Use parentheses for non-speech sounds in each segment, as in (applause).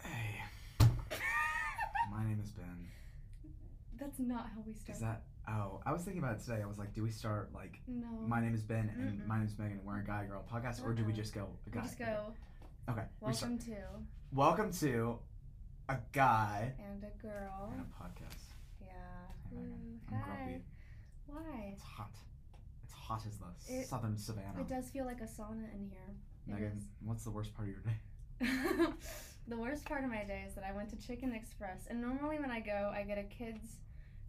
(laughs) That's not how we start. Is that? Oh, I was thinking about it today. I was like, do we start like no? my name is Ben and Mm-mm. my name is Megan and we're a guy girl podcast, or do we Uh-uh. just go a we guy? just go. Okay. We start. Welcome to Welcome to a guy and a girl. and a podcast. Yeah. Hey, Megan. Oh. Ooh, I'm hi. grumpy. Why? It's hot. It's hot as the It- southern savannah. It does feel like a sauna in here. it Megan, is. (laughs) what's the worst part of your day? the worst part of my day is that I went to Chicken Express, and normally when I go, I get a kids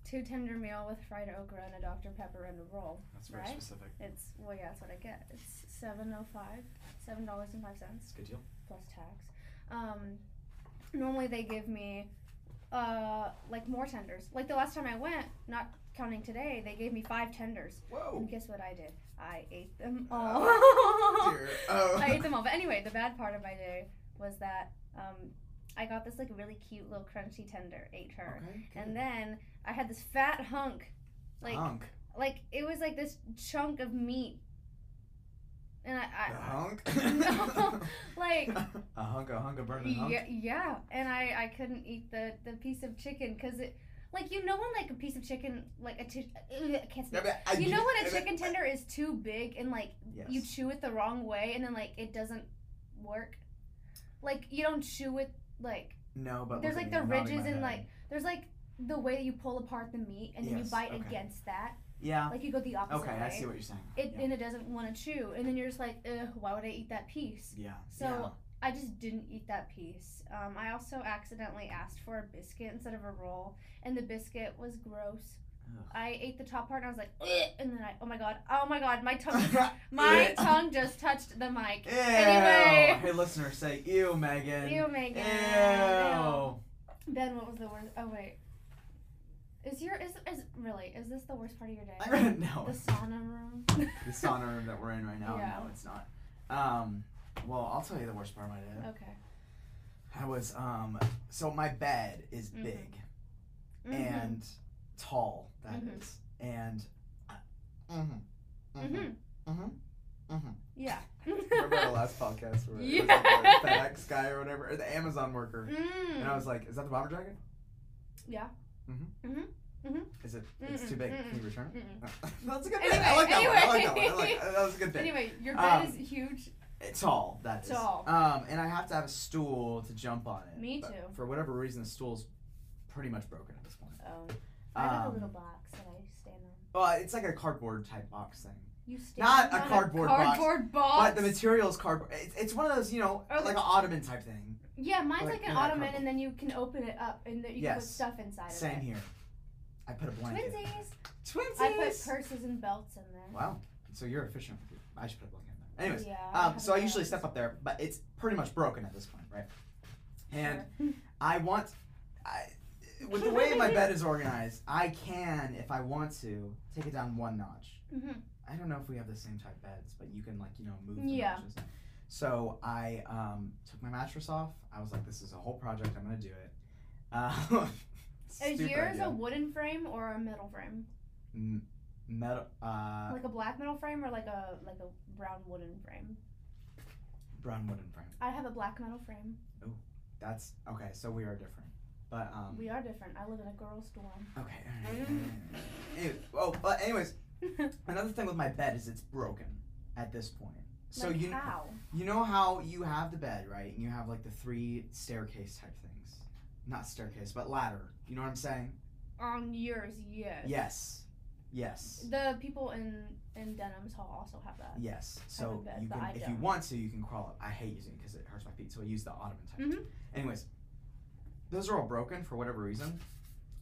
two tender meal with fried okra and a Dr Pepper and a roll. That's very Right? specific. It's well, yeah, that's what I get. It's seven oh five, seven dollars and five cents. It's a good deal. plus tax. Um, normally they give me uh, like more tenders. Like the last time I went, not counting today, they gave me five tenders. Whoa. And guess what I did? I ate them Oh, (laughs) all. Dear. Oh. Oh. (laughs) I ate them all. But anyway, the bad part of my day was that um, I got this like really cute little crunchy tender, ate her, Okay. and then I had this fat hunk, like hunk. like it was like this chunk of meat, and I, the (laughs) I hunk. No, (laughs) like (laughs) a hunk, a hunk, a burning hunk. yeah, yeah, and I I couldn't eat the the piece of chicken because it, like you know when like a piece of chicken like a chi- ugh, I can't speak. You know when a (laughs) chicken tender is too big and like Yes. you chew it the wrong way and then like it doesn't work, like you don't chew it like no, but there's look like at the me, I'm nodding ridges my head. and like there's like the way that you pull apart the meat and then Yes, you bite okay. against that, yeah. like you go the opposite Okay, way. I see what you're saying. It yeah. and it doesn't want to chew and then you're just like, ugh, why would I eat that piece? yeah. So I just didn't eat that piece. Um, I also accidentally asked for a biscuit instead of a roll, and the biscuit was gross. Ugh. I ate the top part and I was like, "Ugh," and then I, oh my god, oh my god, my tongue, (laughs) (laughs) yeah. my tongue just touched the mic. Ew. Anyway. Hey, listener, say ew, Megan. Ew, (laughs) Megan. Ew. Ew. Ben, what was the worst? Oh wait, is your is is really is this the worst part of your I day? don't know. The sauna room. (laughs) the sauna room that we're in right now. Yeah. No, it's not. Um, well, I'll tell you the worst part of my day. Okay. I was um, so my bed is Mhm. big Mhm. and tall. that is, Mhm. and. Mm-hmm. (laughs) Mhm. Mhm. Yeah. Remember (laughs) our last podcast where it was Yeah. like the FedEx guy or whatever, or the Amazon worker, Mm. and I was like, "Is that the bomber jacket? Yeah. Mm-hmm. Mhm. Mhm. Is it? It's Mm-mm, too big. mm-mm, Can you return it? Mm-mm. (laughs) That's a good Mm-hmm. Anyway, thing. I like that one. I like that one. I anyway. like, that was a good thing. Anyway, your bed Um, is huge. It's tall. That is. Tall. Um, and I have to have a stool to jump on it. Me but too. For whatever reason, the stool's pretty much broken at this point. Oh, I have a Um, little box that I stand on. well, it's like a cardboard type box thing, You stand Not a on cardboard box, cardboard but box. Oh, the material is cardboard. It's, it's one of those, you know, Okay. like an ottoman type thing. yeah, mine's like, like, an yeah, ottoman, cardboard. and then you can open it up, and then you can put Yes. stuff inside Same of it. here. I put a blanket. Twinsies. Twinsies. I put purses and belts in there. wow. So you're efficient. with your- I should put a blanket in there. Anyways, yeah. um, so I usually step up there, but it's pretty much broken at this point, right? And (laughs) I want, I, with the way my bed is organized, I can, if I want to, take it down one notch. hmm I don't know if we have the same type beds, but you can like you know move the Yeah. notches. So I um, took my mattress off. I was like, this is a whole project. I'm gonna do it. (laughs) Um, Is stupid yours a idea. wooden frame or a metal frame? M- metal uh, like a black metal frame or like a like a brown wooden frame? brown wooden frame? I have a black metal frame. That's okay. So we are different, but um, We are different. I live in a girl's (laughs) dorm. okay. all (laughs) right, all right, all right. Anyway, oh, but anyways, another thing with my bed is it's broken at this point. So like you how? You know how you have the bed, right? And you have like the three staircase type things. Not staircase, but ladder. You know what I'm saying? On yours, yes. Yes. Yes. The people in in Denham's Hall also have that. Yes. So of bed, you but can, I if you don't. want to, you can crawl up. I hate using it because it hurts my feet, so I use the ottoman type. Mhm. Anyways, those are all broken for whatever reason.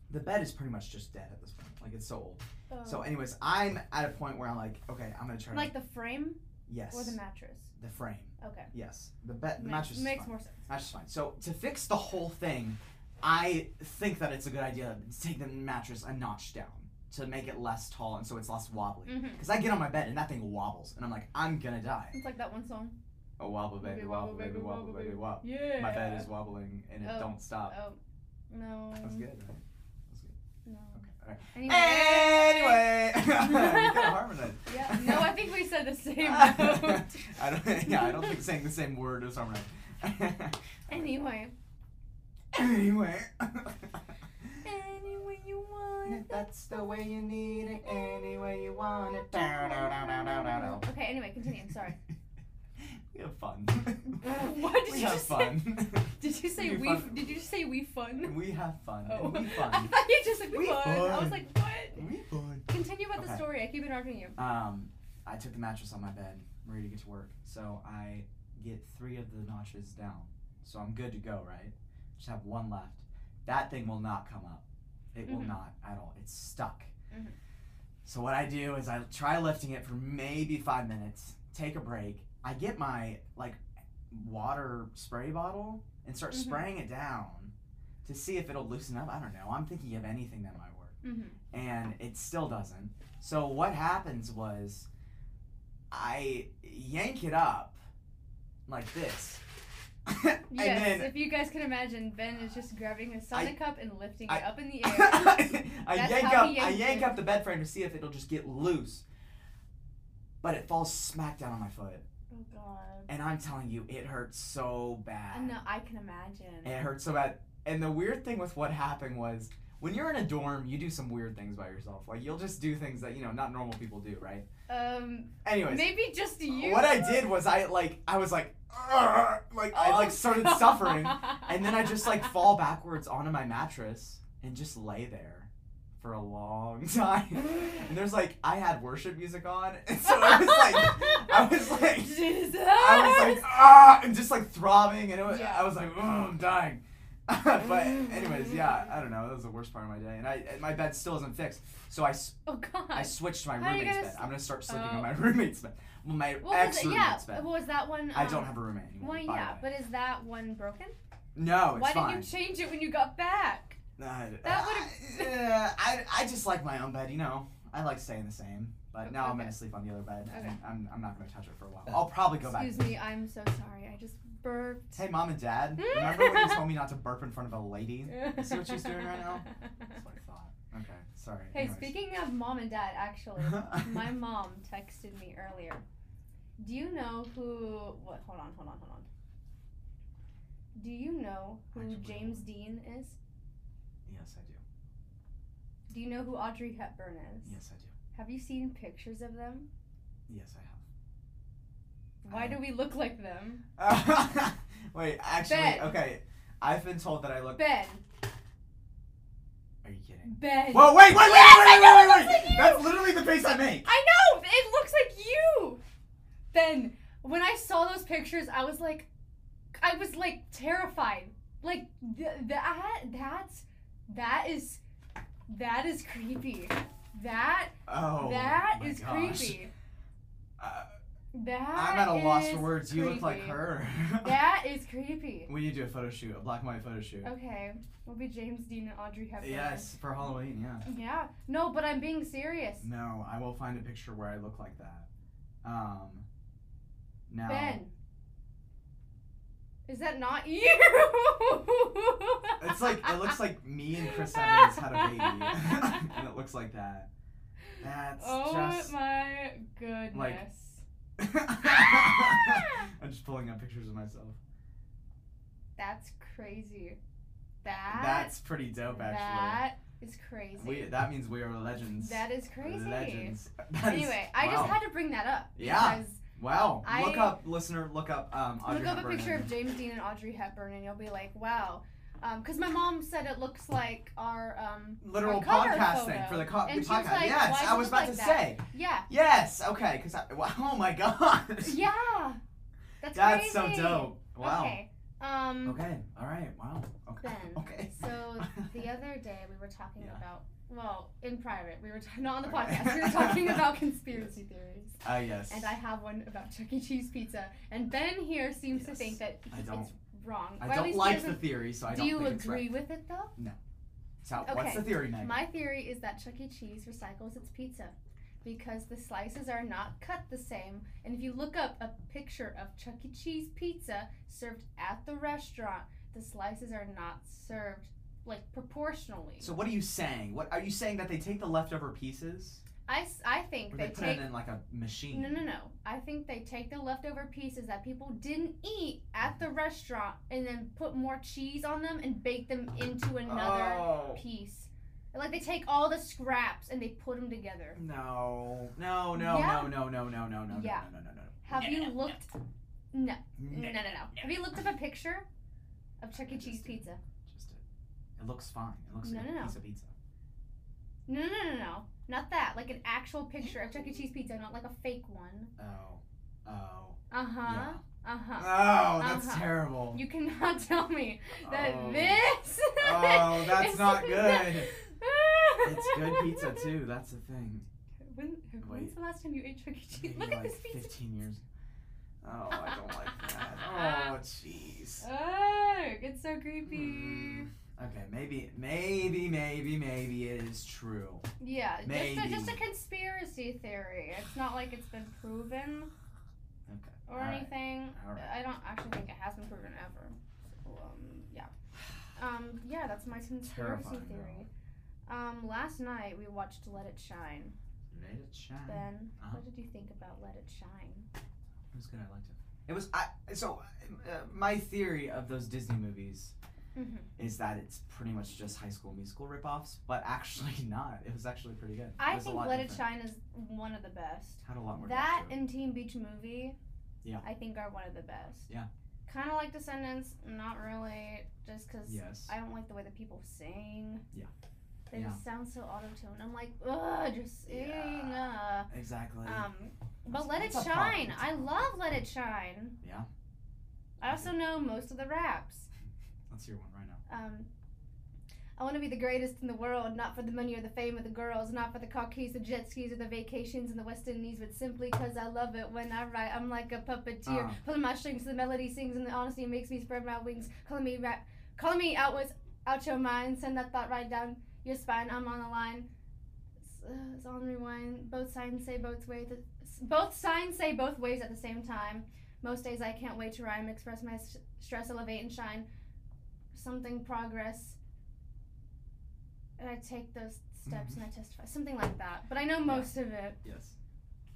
The bed is pretty much just dead at this point. Like it's so old. Um, So, anyways, I'm at a point where I'm like, okay, I'm gonna try. like the frame to, yes. or the mattress. the frame. Okay. Yes. The bed. The Ma- mattress. is makes fine. more sense. That's just fine. So to fix the whole thing, I think that it's a good idea to take the mattress a notch down to make it less tall and so it's less wobbly. hmm Because I get on my bed and that thing wobbles and I'm like, I'm gonna die. It's like that one song. Oh wobble baby wobble baby wobble baby wobble. Yeah. My bed is wobbling and it Oh. don't stop. Oh, no. That's good. Right? That's good. No. Okay. All right. Anyway. (laughs) Anyway, we gotta harmonize. Yeah. No, I think we said (laughs) the same (laughs) note. I don't. Yeah, I don't think saying the same word is (laughs) harmonized. Anyway. anyway. Anyway you want. if that's the way you need it, any way you want it. Dow, dow, dow, dow, dow, dow, dow. Okay, anyway, continue. Sorry. (laughs) We have fun. (laughs) What did we you have just say? fun. (laughs) Did you say You're we? fun. Did you just say we fun? we have fun. Oh, We (laughs) I fun. thought you just said We we fun. I fun. was like, what? We fun. Continue about the Okay. story. I keep interrupting you. Um, I took the mattress on my bed, I'm ready to get to work. So I get three of the notches down. So I'm good to go, right? Just have one left. That thing will not come up. It will Mhm. not at all. It's stuck. Mhm. So what I do is I try lifting it for maybe five minutes, take a break. I get my like water spray bottle and start Mhm. spraying it down to see if it'll loosen up. I don't know. I'm thinking of anything that might work Mm-hmm. and it still doesn't. So what happens was I yank it up like this. (laughs) and Yes, then (laughs) if you guys can imagine, Ben is just grabbing a sauna cup and lifting I- it (laughs) up in the air. I That's yank how up he I yanked yank it. up the bed frame to see if it'll just get loose. But it falls smack down on my foot. oh god. And I'm telling you, it hurts so bad. No, I can imagine. It hurts so bad. And the weird thing with what happened was when you're in a dorm, you do some weird things by yourself. Like you'll just do things that, you know, not normal people do, right? Um, Anyways. maybe just you. What I did was I like I was like "Argh," like I Oh, like started God. (laughs) suffering and then I just like (laughs) fall backwards onto my mattress and just lay there for a long (laughs) time. And there's like I had worship music on and so I was like (laughs) I was like Jesus. I was like ah and just like throbbing and it was, Yeah. Mm. I was like oh, I'm dying. (laughs) but anyways, yeah, I don't know. That was the worst part of my day, and I and my bed still isn't fixed. So I, s- oh god. I switched to my How you roommate's gonna bed. s- I'm gonna start sleeping Oh. on my (laughs) roommate's bed. Well, my what was ex it? roommate's Yeah. bed. What was that one? I um, don't have a roommate anymore. Well, by yeah, the way. but is that one broken? no, Oh, it's Why fine. didn't you change it when you got back? Uh, That I, would've- yeah, uh, I, I just like my own bed, you know. I like staying the same, but now I'm Okay. gonna sleep on the other bed. and Okay. I'm, I'm not gonna touch it for a while. I'll probably go back. Excuse me, I'm so sorry. I just burped. Hey, mom and dad, (laughs) remember when you told me not to burp in front of a lady? see what she's doing right (laughs) now? That's what I thought. Okay, sorry. Hey, Anyways. speaking of mom and dad, (laughs) actually, my mom texted me earlier. Do you know who? What? Hold on, hold on, hold on. Do you know who Actually, James Dean is? yes, I do. Do you know who Audrey Hepburn is? Yes, I do. Have you seen pictures of them? Yes, I Why I- do we look like them? have. (laughs) Wait, actually, Ben. okay. I've been told that I look. Ben, Are you kidding? Ben. Whoa, wait, wait, wait, Yes, wait, I wait, know, wait, it wait! looks like you! That's literally the face I make. I know it looks like you, Ben. When I saw those pictures, I was like, I was like terrified. Like th- that, that's that is that is creepy. That Oh, that my is gosh. creepy. Uh, That I'm at a loss for is words. You look like creepy. her. That is creepy. (laughs) we need to do a photo shoot, a black and white photo shoot. Okay, we'll be James Dean and Audrey Hepburn. Yes, for Halloween. Yeah. Yeah. No, but I'm being serious. No, I will find a picture where I look like that. Um. Now. Ben. Is that not you? It's like it (laughs) looks like me and Chris Evans had a baby, (laughs) and it looks like that. That's Oh just. (laughs) my goodness. (laughs) I'm just pulling up pictures of myself. That's crazy. That That's pretty dope, actually. That is crazy. we, that means we are legends. that is crazy. Legends. (laughs) That is- (laughs) Anyway, I wow. just had to bring that up. Yeah. because Wow. look I- up, listener, look up um, Audrey Look up a Hepburn picture and- of James Dean and Audrey Hepburn, and you'll be like, wow. Because my mom said it looks like our um, Literal our cover podcast photo. thing for the, co- And the she was podcast. like, yes, "Why I does was it about look to like that?" say. (laughs) Yeah, Yes, okay, because I. (laughs) Wow, oh my gosh. yeah. That's, That's so crazy. dope. Wow. Okay. Okay. Um, all right, wow. Okay. Ben, (laughs) okay. So (laughs) the other day we were talking Yeah. about, well, in private, we were t- not on the Okay. podcast. We were (laughs) talking about conspiracy theories, Ah, yes. and I have one about Chuck E. Cheese pizza. And Ben here seems to Yes. think that I he- it's don't- wrong. I Or at don't least he like the doesn't- theory, so I Do don't you think it's agree right. with it though? So, what's Okay. the theory, Meg? My theory is that Chuck E. Cheese recycles its pizza because the slices are not cut the same. And if you look up a picture of Chuck E. Cheese pizza served at the restaurant, the slices are not served like proportionally. So, what are you saying? What are you saying that they take the leftover pieces, I, s- I think or they, they, put take it in like a machine? no no no. I think they take the leftover pieces that people didn't eat at the restaurant and then put more cheese on them and bake them into another Oh. piece. Like they take all the scraps and they put them together. No, no, no, Yeah. no, no, no, no, no, no, Yeah. no, no, no, no, no. Have No, you no, no, looked? No. No, No, no, no, no. Have you looked up a picture of Chuck E. Cheese pizza? Just it. It looks fine. It looks No, like no, a no. piece of pizza. No, no, no, no, no. Not that. Like an actual picture of Chuck E. Cheese pizza, not like a fake one. Oh, oh, Uh huh. yeah. Uh huh. Oh, that's Uh-huh. terrible. You cannot (laughs) tell me that Oh. this. (laughs) Oh, that's is not (laughs) good. It's good pizza too. too. That's the thing. When, when's Wait. the last time you ate Chuck E. Cheese? Maybe (laughs) Look like at this pizza. Fifteen years. Oh, I don't like that. (laughs) Oh, jeez. Ugh, it's so creepy. Hmm. Okay, maybe, maybe, maybe, maybe it is true. Yeah, just a, Maybe. just a conspiracy theory. It's not like it's been proven Okay. or All right. anything. All right. I don't actually think it has been proven ever. So, um, yeah. Um, yeah, that's my conspiracy Terrifying, theory. Um, last night we watched Let It Shine. Let it shine. Ben, Uh-huh. what did you think about Let It Shine? It was good. I liked it. It was. I so uh, my theory of those Disney movies Mhm. is that it's pretty much just High School Musical ripoffs, but actually (laughs) not. It was actually pretty good. I it was think a lot Let It different. Shine is one of the best. Had a lot more. That depth to it. and Teen Beach Movie, Yeah. I think are one of the best. Yeah. Kind of like Descendants, not really, just because yes. I don't like the way the people sing. Yeah. They Yeah. just sound so auto-tuned. I'm like, ugh, just sing. Yeah. uh." exactly. Um, That's- but Let It that's a problem. Shine. I love Let It Shine. Yeah. I also know most of the raps. Let's hear one right now. Um, I want to be the greatest in the world, not for the money or the fame of the girls, not for the car keys, the jet skis, or the vacations in the West Indies, but simply 'cause I love it when I write. I'm like a puppeteer, Uh. pulling my strings, the melody sings, and the honesty makes me spread my wings. Calling me rap, calling me out was out your mind. Send that thought right down your spine. I'm on the line. It's, uh, It's on rewind. Both signs say both ways. Both signs say both ways at the same time. Most days I can't wait to rhyme, express my s- stress, elevate and shine something progress and I take those steps and I Mm-hmm. testify. Something like that. But I know most of it. Yes.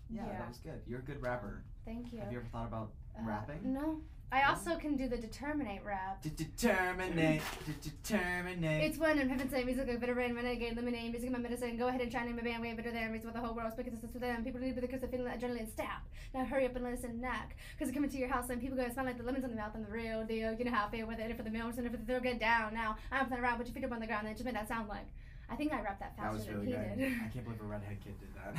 Yeah, Yeah. that was good. You're a good rapper. Thank you. Have you ever thought about Uh, rapping? No. I No? also can do the determinate rap. to determinate? To determinate. It's when I'm heaven sent music, a veteran, renegade, lemonade, music in my medicine. Go ahead and try name a band way better than reason what the whole world speaking to them. People need to because they feel that adrenaline stab. Now hurry up and listen, knack. Because I come into your house and people go and smell like the lemons on the mouth and the real deal. You know how I feel with it. If for the meal, I'm for the thrill, get down now. I'm playing around, put your feet up on the ground and just made that sound like. I think I rapped that that faster was than really he good. did. I can't believe a redhead kid did (laughs) that.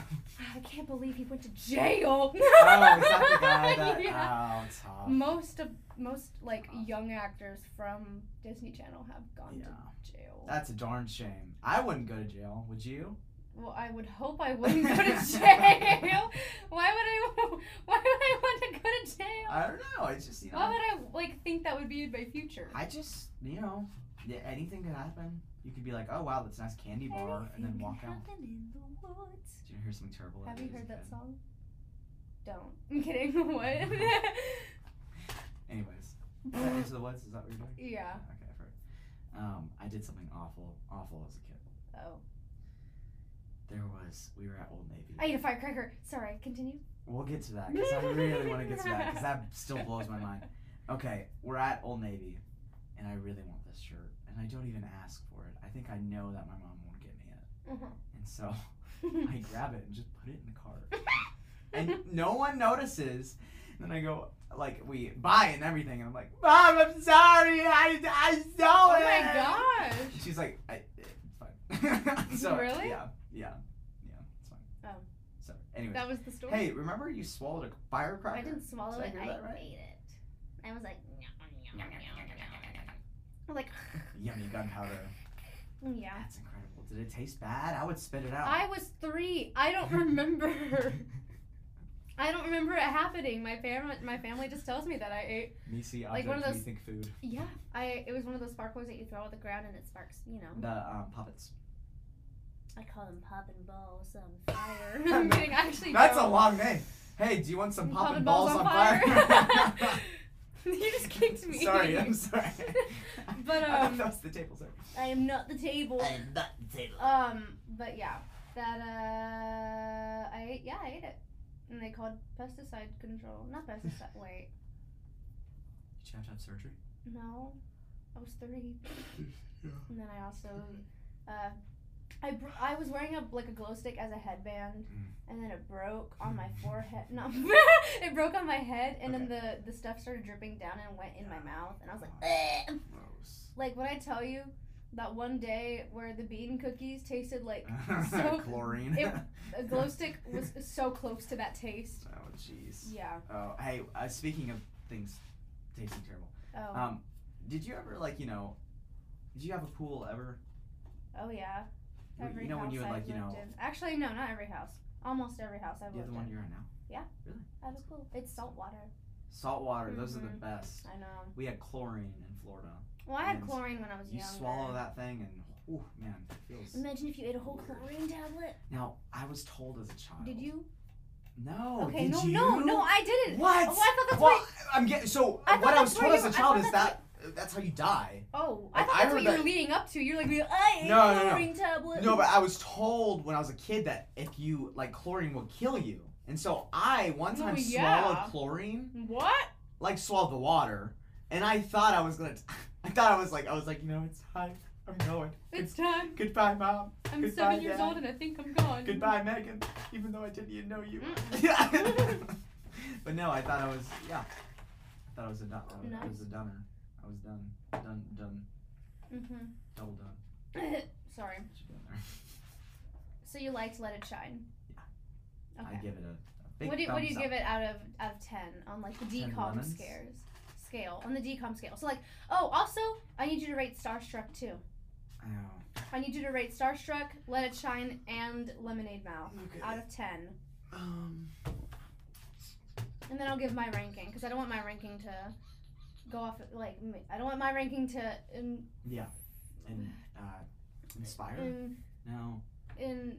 I can't believe he went to jail. (laughs) oh, is that the guy that? Yeah. Oh, tough. most of most like Tough. young actors from Disney Channel have gone Yeah. to jail. That's a darn shame. I wouldn't go to jail, would you? well, I would hope I wouldn't go (laughs) to jail. why would I? (laughs) Why would I want to go to jail? I don't know. It's just you know. why would I like think that would be in my future? I just you know, yeah, anything could happen. You could be like, oh wow, that's a nice candy bar, and then Anything walk can out. happen in the woods. Did you hear something terrible? Have you is heard that good? song? Don't. (laughs) I'm kidding. What? Anyways, is that into the woods. Is that (laughs) what you're doing? (laughs) yeah. Okay, I've heard. Um, I did something awful, awful as a kid. Oh. There was we were at Old Navy. I ate a firecracker. Sorry. Continue. We'll get to that because I really want to get to that because that (laughs) still blows my mind. Okay, we're at Old Navy, and I really want this shirt, and I don't even ask for it. I think I know that my mom won't get me it, Uh-huh. and so (laughs) I grab it and just put it in the cart, and no one notices. And then I go like we buy it and everything, and I'm like, Mom, I'm sorry, I I (laughs) oh saw it. (laughs) my gosh. She's like, I, eh, it's (laughs) fine. so Really? Yeah, yeah, yeah. It's fine. Oh. So, anyways. That was the story. Hey, remember you swallowed a firecracker? I didn't swallow Did I it. hear I that right? ate it. I was like, "Nyam, nyam, nyam, nyam, nyam." I'm like, (laughs) Yummy gunpowder. yeah. That's incredible. Did it taste bad? I would spit it out. I was three. I (laughs) don't remember. I don't remember it happening. My family, my family just tells me that I ate. Me see Like object, one of me those- think food. Yeah, I. It was one of those sparklers that you throw at the ground and it sparks. You know. The um, puppets. I call them popping balls (laughs) on fire. I'm kidding. I actually. That's a don't. long name. Hey, do you want some popping Popping balls, on fire? (laughs) (laughs) you just kicked me. Sorry, I'm sorry. (laughs) But, I thought um, that was the table, sir. (laughs) I am not the (laughs) table. not the table. Um, but yeah, that uh, I ate, yeah, I ate it, and they called pesticide control. Not pesticide. wait, Did you have to have surgery? no, I was three, Yeah. and then I also uh, I, br- I was wearing a like a glow stick as a headband, Mm. and then it broke on my forehead. No, (laughs) it broke on my head, and then the the stuff started dripping down and went in my mouth, and I was like, "Ugh." Gross. like when I tell you that one day where the bean cookies (laughs) tasted like (laughs) So- Chlorine. it- (laughs) a glow stick was so close to that taste. oh jeez. Yeah. Oh hey, uh, speaking of things tasting terrible, Oh. um, did you ever like you know, did you have a pool ever? oh yeah. You- Every you know house when you would I've like you lived know, in. Actually, no, not every house. Almost every house I've you have lived the one in. you're in now. That was cool. It's salt water. Salt water. Those are the Mhm. best. I know. We had chlorine in Florida. Well, I had And chlorine when I was You younger. swallow that thing and, ooh, man, it feels. Imagine if you ate a whole Weird. chlorine tablet. Now, I was told as a child. Did you? No. okay, Oh, did no, you? no, no, I didn't. What? Oh, I thought that's well, what. I'm getting so I thought what I that's was where told as you- a I child thought is that uh, that's how you die. Oh, I Like, thought I that's what heard you were that- leading up to. You're like, I ate No, no, a no. chlorine tablet. No, but I was told when I was a kid that if you like chlorine will kill you. And so I one Well, time yeah. swallowed chlorine, What? like swallowed the water, and I thought I was gonna (laughs) I thought I was like I was like, you know, it's time. I'm going. It's time. Goodbye, mom. I'm Goodbye, seven years Dad. old and I think I'm gone. Goodbye, Megan. Even though I didn't even know you. (laughs) Mm. but no, I thought I was yeah. I thought I was a dun- I was, I Nice. was a dunner. I was done. Done done Mm-hmm. double done. (coughs) Sorry. What you doing there? So you liked Let It Shine? I Okay. give it a, a big What do you, what do you thumbs give up. it out of out of ten on like the 10 decom lemons? scares scale on the decom scale? So like, oh, also I need you to rate Starstruck too. Oh. I need you to rate Starstruck, Let It Shine, and Lemonade Mouth Okay. out of ten, Um, and then I'll give my ranking because I don't want my ranking to go off like m- I don't want my ranking to in and uh, inspire? in, No, in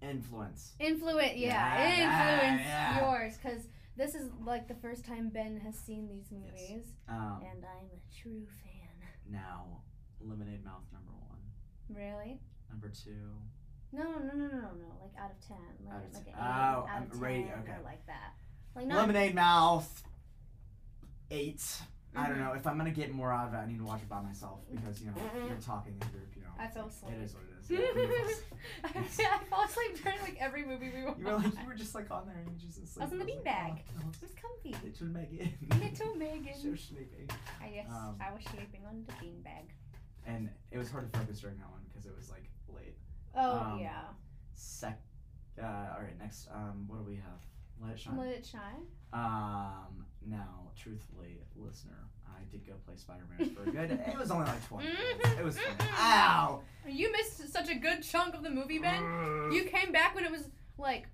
influence. influence yeah, Yeah, yeah, influence yeah. yours because this is like the first time Ben has seen these Yes. movies, Um, and I'm a true fan. now lemonade mouth number one, Really. number two. No, no, no, no, no, no. Like out of ten. Like, Out of like 10. an eight, Oh, out I'm of 10, right, Or okay. like that. Like not. lemonade mouth. 8 I Mhm. (laughs) don't know if I'm gonna get more out of it. I need to watch it by myself because you know Mhm. you're talking in group. You know, I fell it is what asleep. it (laughs) is. I fall asleep during like every movie we watch. you were (laughs) like you were just like on there and you just asleep. was in the like, beanbag. oh, It was comfy. oh, Little Megan. Little so (laughs) Megan. sleepy. I guess um, I was sleeping on the beanbag. And it was hard to focus during that one because it was like late. Oh um, yeah. Sec. Uh, all right, next. Um, what do we have? Let it shine. Let it shine. um, now, truthfully, listener, I did go play Spider Man for a good. It was only like twenty. minutes. It was. Fun. Mhm. Ow. You missed such a good chunk of the movie, Ben. You came back when it was like.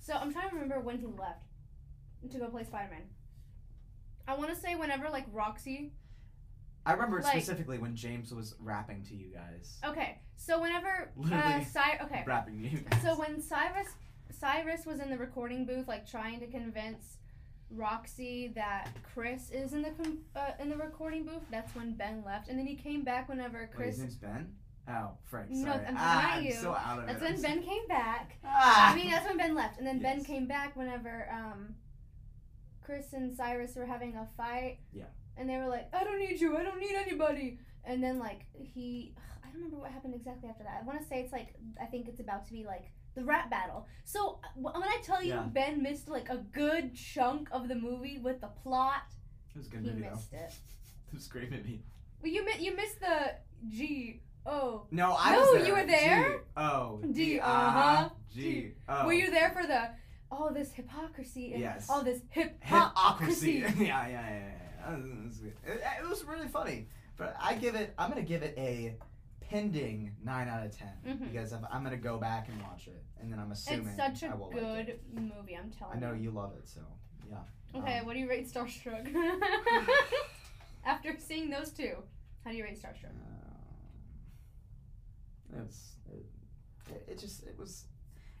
So I'm trying to remember when he left to go play Spider Man. I want to say whenever like Roxy I remember like- specifically when James was rapping to you guys. Okay, so whenever uh, Literally. Cy- okay, Rapping to you guys. so when Cyrus Cyrus was in the recording booth, like trying to convince Roxy that Chris is in the com- uh, in the recording booth, that's when Ben left, and then he came back whenever Wait, Chris. his name's Ben. Oh, Frank. No, Sorry. I'm ah, talking about I'm you. so out of that's it. I'm when so- Ben came back. (laughs) Ah. I mean, that's when Ben left, and then Ben Yes. came back whenever um, Chris and Cyrus were having a fight. Yeah. And they were like, "I don't need you. I don't need anybody." And then like he, I don't remember what happened exactly after that. I want to say it's like I think it's about to be like the rap battle. So uh, wh- when I tell you Yeah. Ben missed like a good chunk of the movie with the plot, It was a good he movie though. (laughs) missed it. It was a great movie. Well, you mi- you missed the G O. No, I No, was there. you were there? G. Oh. D, D. uh-huh, G. Oh. Were you there for the all this hypocrisy and Yes. all this hip Hypocrisy. yeah, (laughs) yeah, yeah, yeah. yeah. That was- It, it was really funny, but I give it. I'm gonna give it a pending nine out of 10 Mhm. because if, I'm gonna go back and watch it, and then I'm assuming It's such I a will Like it. good movie, I'm telling I know you. you love it, so yeah. Okay, Um, what do you rate Starstruck? After seeing those two, how do you rate Starstruck? (laughs) um, it's it, it just it was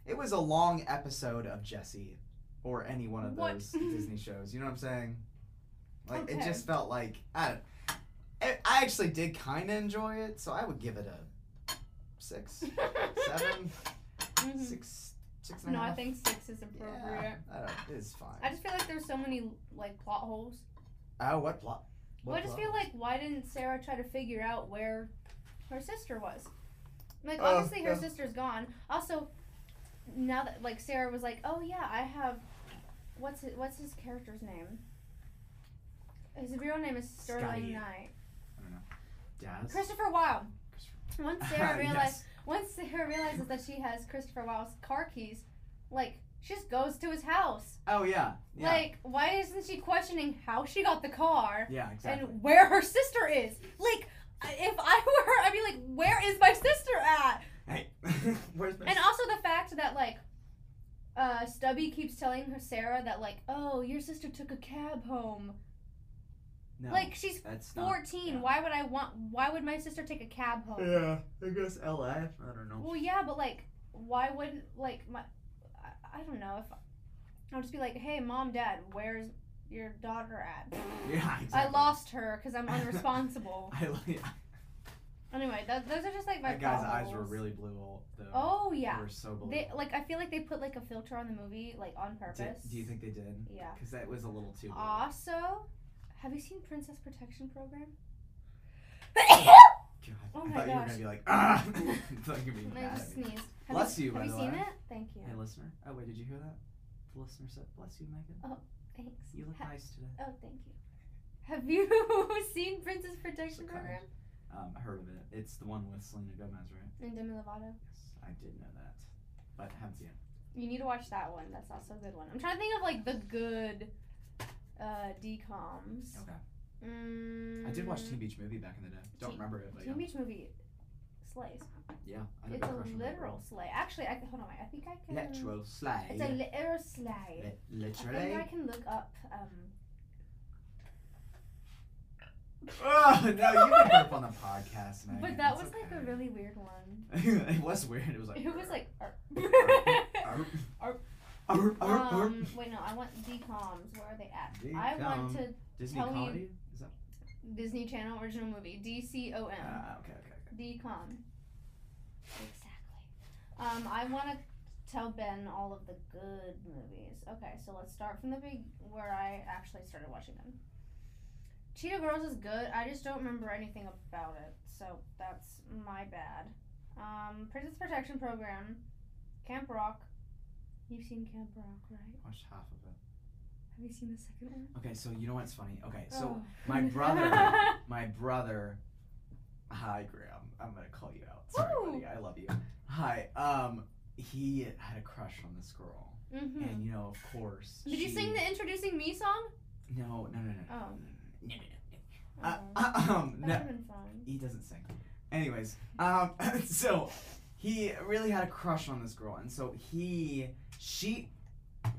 it was a long episode of Jesse or any one of What? those Disney shows. You know what I'm saying? Like it Okay. just felt like I don't. I, I actually did kind of enjoy it, so I would give it a six, (laughs) seven, Mhm. six, six and a No, I half. think six is appropriate. yeah, I don't, it's fine. I just feel like there's so many like plot holes. oh, what plot? Well, I just plot? feel like why didn't Sarah try to figure out where her sister was? Like Oh, obviously her yeah. sister's gone. Also, now that like Sarah was like, oh yeah, I have. What's his, what's his character's name? His real name is Scotty. Sterling Knight. Jazz. Christopher Wilde. (laughs) Once Sarah realized Yes. once Sarah realizes that she has Christopher Wilde's car keys, like she just goes to his house. Oh yeah. Yeah. Like why isn't she questioning how she got the car yeah. Exactly. and where her sister is? Like I- if I (laughs) were her, I'd be like, where is my sister at? Hey. (laughs) Where's my? And uh, also the fact that like uh, Stubby keeps telling her Sarah that like, oh, your sister took a cab home. no, Like she's that's not. fourteen. yeah. Why would I want? Why would my sister take a cab home? Yeah. I guess L.A. I don't know. Well, yeah, but like, why would like my? I- I don't know if I'll just be like, hey, mom, dad, where's your daughter at? (laughs) Yeah. Exactly. I lost her because I'm unresponsible. (laughs) I, lo- yeah. anyway, th- those are just like my That guy's eyes problems. were really blue. Though. Oh yeah, They were so blue. they like I feel like they put like a filter on the movie like on Did, purpose. do you think they did? Yeah. Because that was a little too. blue. Also, have you seen Princess Protection Program? (coughs) (coughs) God, Oh I my thought you were gosh. gonna be like, (laughs) ah! I thought you were gonna be I mad just at me. sneezed. Have Bless you, Have by you the seen way. it? Thank you. Hey, listener. Oh wait, did you hear that? The listener said, "Bless you, Megan. Thanks. You look Ha- nice today." oh, thank you. Have you (laughs) seen Princess Protection kind. Program? Um, I heard of it. It's the one with Selena Gomez, right? And Demi Lovato. Yes, I did know that, but I haven't seen it. You need to watch that one. That's also a good one. I'm trying to think of like the good uh, decoms. Okay. Mm, I did watch Teen Beach Movie back in the day. Don't Teen- remember it, but yeah, Teen Beach movie slays. yeah. I had It's big crush a on that literal girl. slay. Actually, I hold on. I think I can. Literal slay. It's a literal Lit- slay. I think I Literally. (laughs) can look up. Um, Oh no, you can burp on the podcast, Megan. but that It's was like a okay. really weird one. (laughs) (laughs) it was weird. It was like. It was like. (laughs) (laughs) Arp, Arp. arp, arp, arp. um, wait, no, I want DCOMs. Where are they at? I want to Disney tell you- comedy. Is that? Disney Channel original movie DCOM. Ah, okay, okay, okay. DCOM. Exactly. Um, I want to tell Ben all of the good movies. Okay, so let's start from the big where I actually started watching them. Cheetah Girls is good. I just don't remember anything about it, so that's my bad. Um, Princess Protection Program, Camp Rock. You've seen Camp Rock, right? Watched half of it. Have you seen the second one? Okay, so you know what's funny? Okay, so Oh. (laughs) my brother, Uh. my brother, hi Graham. I'm gonna call you out. Sorry, Woo! buddy. I love you. Hi. Um, he had a crush on this girl, hmm and you know, of course. Did you she- sing the introducing me song? No, no, no, no. no, Oh. No, no, no. Oh, Uh, uh, (laughs) um, that would no, have been fun. he doesn't sing. Anyways, um, (laughs) so he really had a crush on this girl, and so he, she,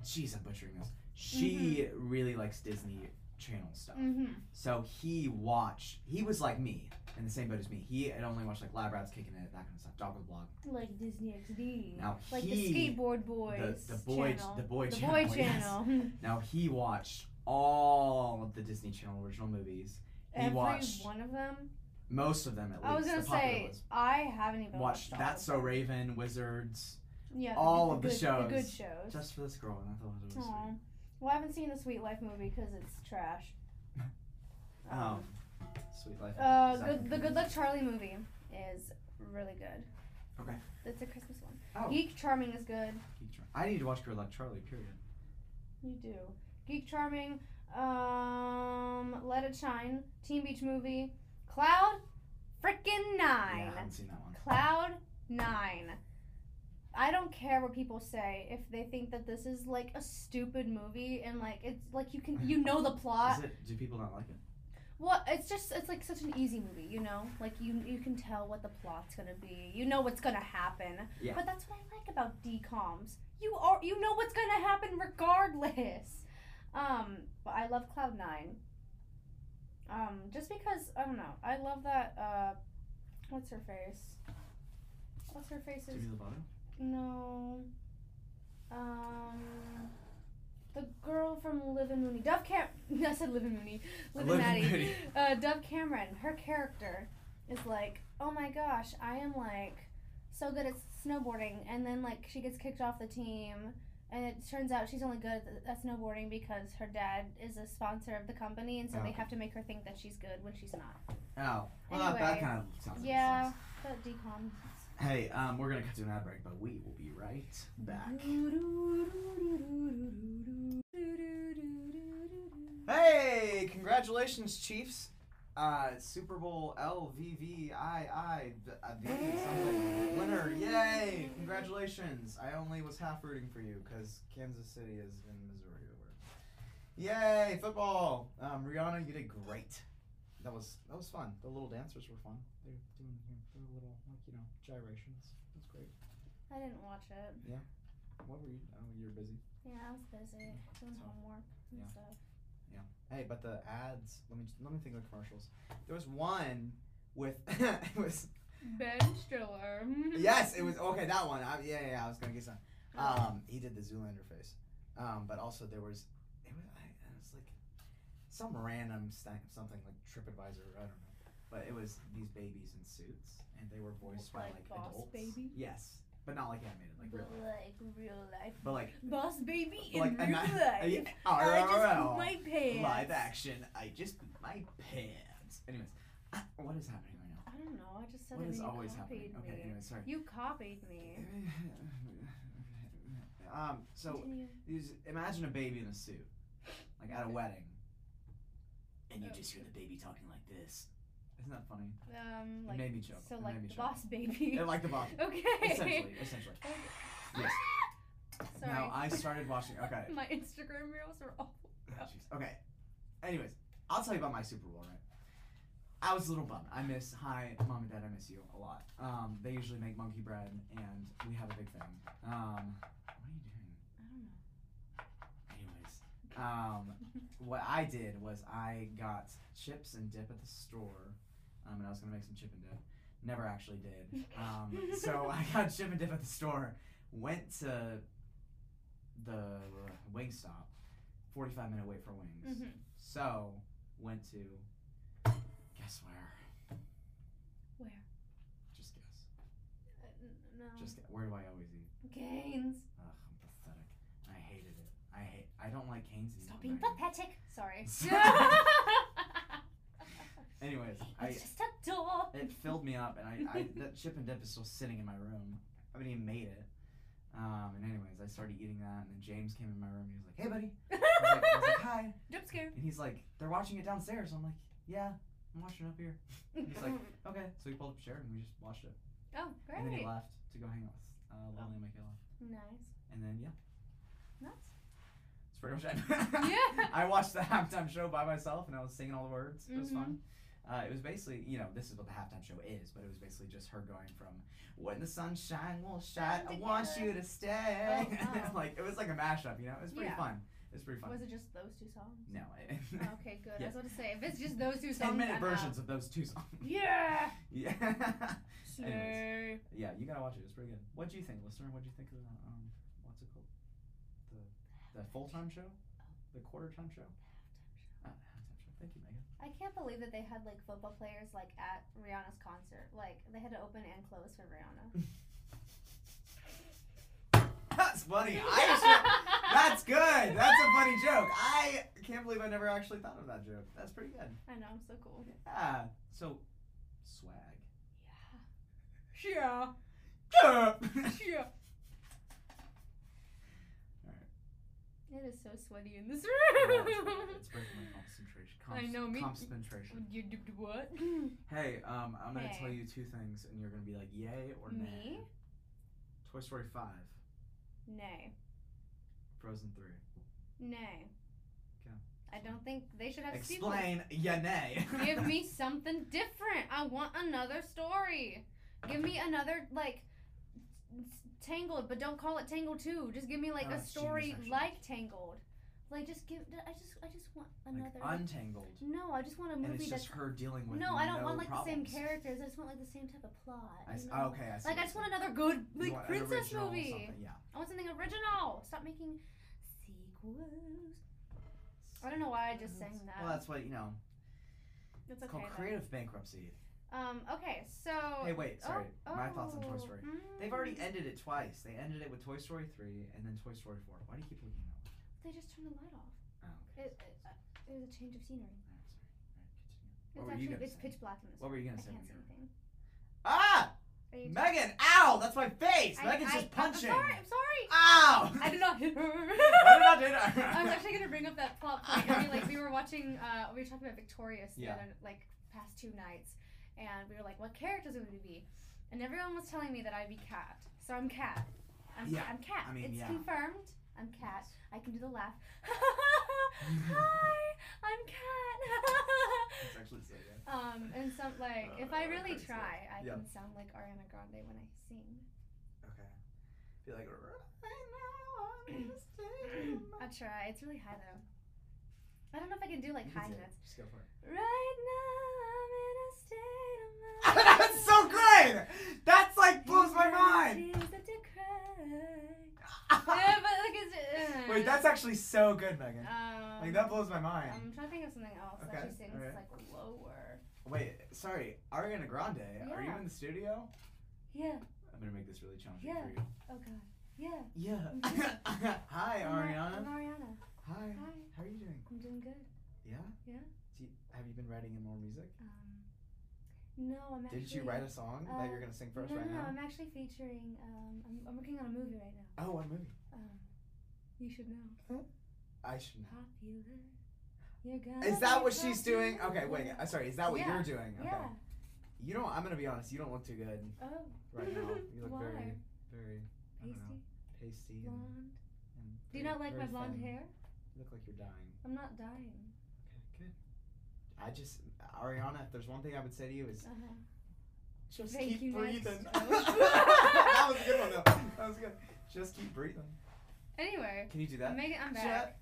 she's I'm butchering this. She really likes Disney Channel stuff. Mm-hmm. So he watched. He was like me, in the same boat as me. He had only watched like Lab Rats, Kicking It, that kind of stuff. Dog with Blog. Like Disney XD. Now like he, the skateboard boys. the boy- channel. the boy the channel, boy (laughs) yes. channel. now he watched all of the Disney Channel original movies. He Every watched one of them. most of them at least. I was gonna the popular say ones. I haven't even watched watched all That's of So them. Raven, Wizards, Yeah, all the, of the good, The good shows. shows. just for this girl, and I thought it was really sweet. Aw. Well, I haven't seen the Sweet Life movie because it's trash. (laughs) Um, Sweet Life. Uh, Zac good, and the Cody. Good Luck Charlie movie is really good. Okay. That's a Christmas one. Oh. Geek Charming is good. Geek Char- I need to watch Good Luck Charlie. Period. You do. Geek Charming, um, Let It Shine, Teen Beach Movie, Cloud, frickin' Yeah, I nine. haven't seen that one. Cloud nine. I don't care what people say if they think that this is like a stupid movie and like it's like you can you (laughs) know the plot. Is it? Do people not like it? Well, it's just it's like such an easy movie, you know. Like you you can tell what the plot's gonna be. You know what's gonna happen. Yeah. But that's what I like about DComs. You are you know what's gonna happen regardless. (laughs) Um, but I love Cloud Nine. Um, just because I don't know, I love that. Uh, what's her face? What's her face? Jimmy Lovato. No. Um, the girl from Live and Mooney. Dove Cam. (laughs) I said Live and Mooney. Live and Liv Maddie. Mooney. Uh, Dove Cameron. Her character is like, oh my gosh, I am like so good at snowboarding, and then like she gets kicked off the team. And it turns out she's only good at, at snowboarding because her dad is a sponsor of the company, and so they Okay. have to make her think that she's good when she's not. Oh, well, that- that Anyway. kind of sounds. like it Yeah, sucks. but decom. Hey, um, we're gonna cut to an ad break, but we will be right back. Mm-hmm. Hey, congratulations, Chiefs! Uh, Super Bowl LVVII something uh, winner! Yay! Congratulations! I only was half rooting for you because Kansas City is in Missouri over. Yay! Football. Um, Rihanna, you did great. That was that was fun. The little dancers were fun. They're doing their little like you know gyrations. That's great. I didn't watch it. What were you? Oh, you were busy. Yeah, I was busy doing So, homework and yeah. stuff. Hey, but the ads. Let me let me think of the commercials. There was one with (laughs) it was Ben (laughs) Stiller. yes, it was okay that one. I, yeah, yeah, yeah, I was gonna get some. Oh. Um, he did the Zoolander face. Um, but also there was it was I, it was like some random st- something like TripAdvisor. I don't know. But it was these babies in suits, and they were voiced by Like like Boss adults. Baby? Yes, but not like animated, like real. But life. like real life. But like, Boss baby in like real ima- life. yeah, I just RRL. pooped my pants. oh, Live action. I just pooped my pants. Anyways, I- what is happening right now? I don't know. I just said what that is you always copied happening? me. Okay, anyway, sorry. You copied me. (laughs) um, so Continue. you just imagine a baby in a suit, like at a wedding, and you just hear the baby talking like this. Isn't that funny? Um, like, made me chuckle. So It like made me the chuckle. boss baby. Yeah, like the boss. (laughs) okay. essentially, (laughs) essentially. Yes. Ah! Sorry. Now I started watching. Okay. (laughs) My Instagram reels are awful. Oh, jeez. okay. Anyways, I'll tell you about my Super Bowl, right? I was a little bummed. I miss hi mom and dad. I miss you a lot. Um, they usually make monkey bread, and we have a big thing. Um, what are you doing? I don't know. Anyways, um, what I did was I got chips and dip at the store, um, and I was gonna make some chip and dip. Never actually (laughs) did. Um, so I got chip and dip at the store. Went to the Wingstop, forty-five minute wait for wings. Mhm. So went to guess where? Where? Just guess. Uh, n- no. Just guess. where do I always eat? Gaines. Ugh, I'm pathetic. I hated it. I hate. I don't like Canes. either, Stop being but I- pathetic. (laughs) Sorry. (laughs) Anyways, I it's just a door. it (laughs) filled me up, and I, (laughs) I that chip and dip is still sitting in my room. I haven't even made it. Um, and anyways, I started eating that, and then James came in my room. and He was like, "Hey, buddy." I was like, I was like, "Hi," Jump scare. and he's like, "They're watching it downstairs." I'm like, "Yeah, I'm watching it up here." He's like, "Okay." So we pulled up a chair and we just watched it, (laughs) oh, and then he great. left to go hang out with uh, Lonely Michaela, Nice. and then yeah, Nice. that's pretty much it. Yeah. (laughs) I watched the halftime show by myself, and I was singing all the words. It was Mhm. fun. Uh, it was basically, you know, this is what the halftime show is, but it was basically just her going from "When the sunshine will shine, I Shine want together." you to stay," (laughs) Oh, and then, wow. like it was like a mashup, you know. It was pretty Yeah. fun. It was pretty fun. Was it just those two (laughs) songs? no, I, (laughs) Oh, okay, good. I Yeah. was going to say, if it's just those two songs. ten minute I'm versions of Out. those two songs. Yeah. (laughs) yeah, Slay. yeah, you gotta watch it. It's pretty good. What do you think, listener? What do you think of the, um, what's it called? The the full time show, the quarter time show. Oh, the halftime show. Thank you, Megan. I can't believe that they had like football players like at Rihanna's concert. Like they had to open and close for Rihanna. That's funny. I (laughs) just, that's good. That's a funny joke. I can't believe I never actually thought of that joke. That's pretty good. I know I'm so cool. Yeah. So, swag. (laughs) Yeah. Yeah. Yeah. Alright. It is so sweaty in (laughs) this it's room. breaking my concentration. I know, me- Concentration. (laughs) you did (clears throat) what? Hey, um, I'm gonna Hey. tell you two things, and you're gonna be like, yay or nay. Me? Toy Story Five, Nay. Frozen Three. Nay. Okay. I don't think they should have sequels. Explain, yeah, nay. (laughs) Give me something different. I want another story. Give me another like s- Tangled, but don't call it Tangled Two. Just give me like Oh, a it's story genius, actually. like Tangled. Like just give. I just I just want like, another. untangled. no, I just want a And it's movie just that's. her dealing with No, I don't no want like the problems. same characters. I just want like the same type of plot. I s- oh, you know? okay, I see. Like I just want another good You like want an princess original movie. something, Yeah. I want something original. Stop making sequels. I don't know why I just sang that. Well, that's what you know. It's It's okay. called though. creative bankruptcy. Um. Okay. So. Hey, wait, sorry. Oh, My thoughts on Toy oh, Story. mm. They've already ended it twice. They ended it with Toy Story three and then Toy Story four. Why do you keep looking at? They just turned the light off. one? Oh, okay. It, it, uh, it was a change of scenery. Alright, sorry. Alright, continue. It's What were you actually gonna it's say? pitch black in this. What were you I gonna say? can't when see you were- anything. Ah! Are you Megan, ow! That's my face. I- Megan's I- just punching. I'm sorry. I'm sorry. (laughs) Ow! (laughs) I did not hit her. Why did I do that? (laughs) I was actually gonna bring up that plot point. I mean, like we were watching, uh, we were talking about Victorious Yeah. the other, like past two nights, and we were like, what characters would we be? And everyone was telling me that I'd be Cat, so I'm Cat. I'm, Yeah, I'm Cat. I mean, it's yeah. confirmed. I'm Cat. I can do the laugh. (laughs) Hi, I'm Cat. It's actually so good. (laughs) um, and some like, if I Uh, really that's try, I Yeah. can sound like Ariana Grande when I sing. (clears throat) Okay. Be like, right now I'm (laughs) just taking my-" I try. It's really high though. I don't know if I can do like You can high do it. notes. Just go for it. Right now, I'm in a state of mind. (laughs) (laughs) That's so great! That's like blows my mind! Tears that you cry. yeah, but like it's. Uh, (laughs) Wait, that's actually so good, Megan. Um, Like that blows my mind. I'm trying to think of something else Okay, that she sings alright. like lower. Wait, sorry, Ariana Grande, are you Yeah. in the studio? Yeah. I'm gonna make this really challenging Yeah. for you. Oh god. Yeah. (laughs) Yeah. (laughs) Hi, I'm Ari- I'm Ariana. Ariana. Hi. Hi. How are you doing? I'm doing good. Yeah. Yeah. Do you, have you been writing in more music? Um. No, I'm actually. Did you write a song uh, that you're gonna sing for us no, right no, no, now? I'm actually featuring. Um, I'm, I'm working on a movie right now. Oh, what movie? Um, you should know. I should know. Popular. You're gonna Is that be what she's doing? popular. Okay, wait. I'm sorry. Is that what Yeah. you're doing? Okay. Yeah. You don't. I'm gonna be honest. You don't look too (laughs) good Oh. right now. You look Why? very, very I don't know. pasty. Pasty, And, blonde. and Do you very- not like my very blonde thin. hair? You look like you're dying. I'm not dying. Okay, good. I just, Ariana, if there's one thing I would say to you is Uh-huh. just Thank keep you, next (laughs) breathing. (laughs) joke. that was a good one, though. That was good. Just keep breathing. Anyway, Can you do I'm that? Megan, I'm back. Jet.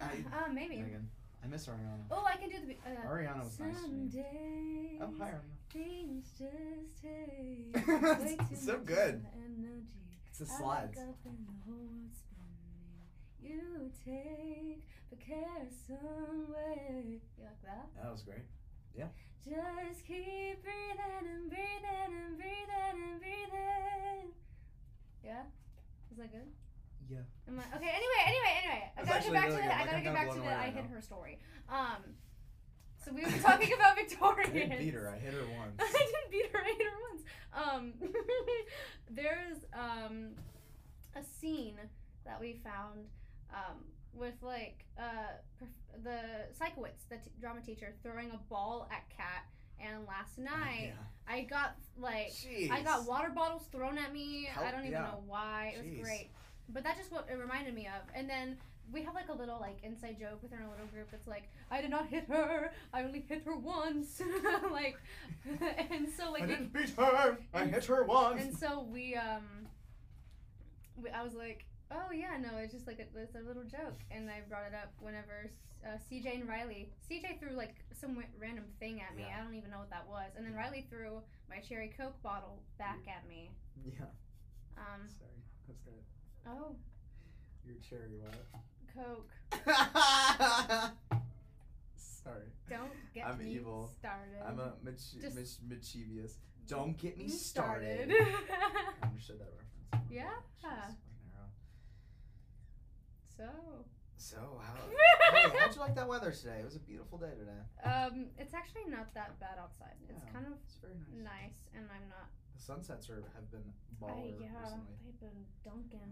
I, Uh, maybe. Megan, I miss Ariana. Oh, I can do the. be- Uh, Ariana was nice to me. Someday Oh, hi, Ariana. Things just take (laughs) It's way too so much good. of my energy. It's the I wake slides. up and the whole world's spinning. You take the care some way. You like that? That was great. Just keep breathing and breathing and breathing and breathing. Yeah? Is that good? Yeah. Am I, okay, anyway, anyway, anyway. I That's gotta actually get back really to good. the Like, I gotta I'm get kinda back to blown the away I right hit now. her story. Um so we were talking (laughs) (laughs) about I Victorian. didn't beat her. I hit (laughs) her once. I didn't beat her. I hit her once. Um, (laughs) there's um, a scene that we found um, with like uh, perf- the psychowitz, the t- drama teacher, throwing a ball at Kat. And last night, I got like Oh, Jeez. I got water bottles thrown at me. How- I don't even yeah. know why. It was Jeez. great. But that's just what it reminded me of. And then we have like a little like inside joke within our little group that's like, I did not hit her. I only hit her once. (laughs) like and so like I we- didn't beat her. I and- hit her once. and so we um we, I was like, "Oh yeah, no, it's just like a, it's a little joke." And I brought it up whenever uh, CJ and Riley. CJ threw like some wi- random thing at me. Yeah. I don't even know what that was. And then Yeah. Riley threw my cherry coke bottle back at me. (laughs) yeah. Um, Sorry. That's good. oh, Your cherry what? (laughs) coke. Sorry. Don't get I'm me evil. started. (laughs) I'm a machi- Just- mach- mischievous. Don't get me You started. I understood that reference. (laughs) Yeah. Jeez, fucking arrow. (laughs) so, So (laughs) how? (laughs) hey, how'd you like that weather today? It was a beautiful day today. um, it's actually not that bad outside. It's Yeah. kind of It's very nice. nice, and I'm not. The sunsets are, have been I, baller yeah, recently. I've been dunking.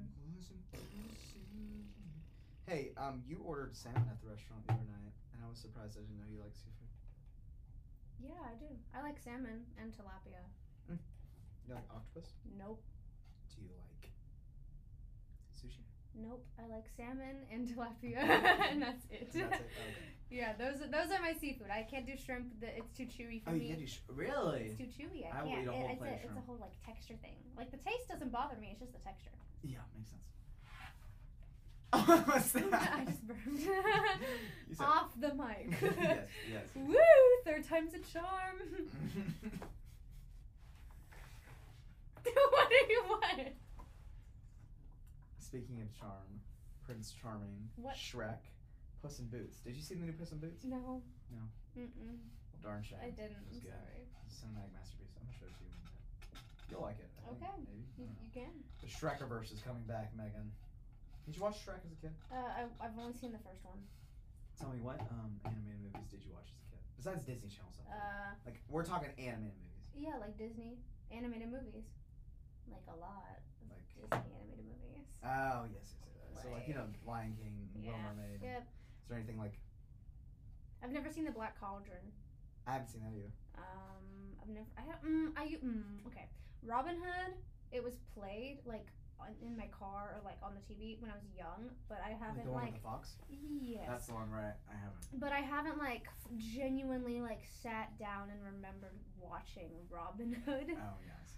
Hey, um, you ordered salmon at the restaurant the other night, and I was surprised I didn't know you like seafood. Yeah, I do. I like salmon and tilapia. You like octopus? Nope. Do you like sushi? Nope. I like salmon and (laughs) tilapia, (laughs) and that's it. And (laughs) that's it? Okay. yeah, those are, those are my seafood. I can't do shrimp. The, it's too chewy for Oh, me. you can do sh- really? It's too chewy. I, I will can't. eat a It- whole it's, plate a, of it's a shrimp. whole like texture thing. Like the taste doesn't bother me. It's just (laughs) the texture. (laughs) Yeah, makes sense. What's that? I just (laughs) burned (laughs) You said- off the mic. (laughs) yes, yes. (laughs) Woo! Third time's a charm. (laughs) what do you want? (laughs) Speaking of charm, Prince Charming, What? Shrek, Puss in Boots. Did you see the new Puss in Boots? No. No. Mm-mm. Darn shame. I didn't. It was I'm good. sorry. It's a cinematic masterpiece. I'm gonna show it to you one day. You'll like it. I think, Okay. Maybe. I You, don't know. you can. The Shrekiverse is coming back, Megan. Did you watch Shrek as a kid? Uh, I, I've only seen the first one. Tell me what um, animated movies did you watch as a kid? Besides Disney Channel stuff. Uh, like we're talking animated movies. yeah, like Disney, Animated movies. Like a lot of Like- Disney animated movies. Oh yes, yes, yes. So like you know, Lion King, Little Yeah. Mermaid. Yep. Is there anything like I've never seen The Black Cauldron. I haven't seen that either? Um, I've never. I have. Mm, I u- mm, okay. Robin Hood. It was played like on, in my car or like on the TV when I was young, but I Like haven't the one like with the fox. yes. That's the one, right? I haven't. but I haven't like genuinely like sat down and remembered watching Robin Hood. Oh yes.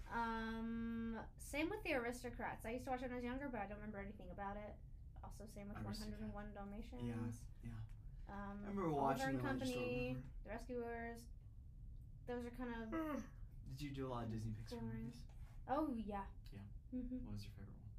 Um, same with the Aristocrats. I used to watch it when I was younger, but I don't remember anything about it. Also, same with Aristocrat. 101 Dalmatians. yeah. Um, I remember Oliver watching it. I and just don't Company, remember. The Rescuers. Those are kind of Did you do a lot of Disney Pixar Boring. movies? Oh yeah. Yeah. hmm What was your favorite one?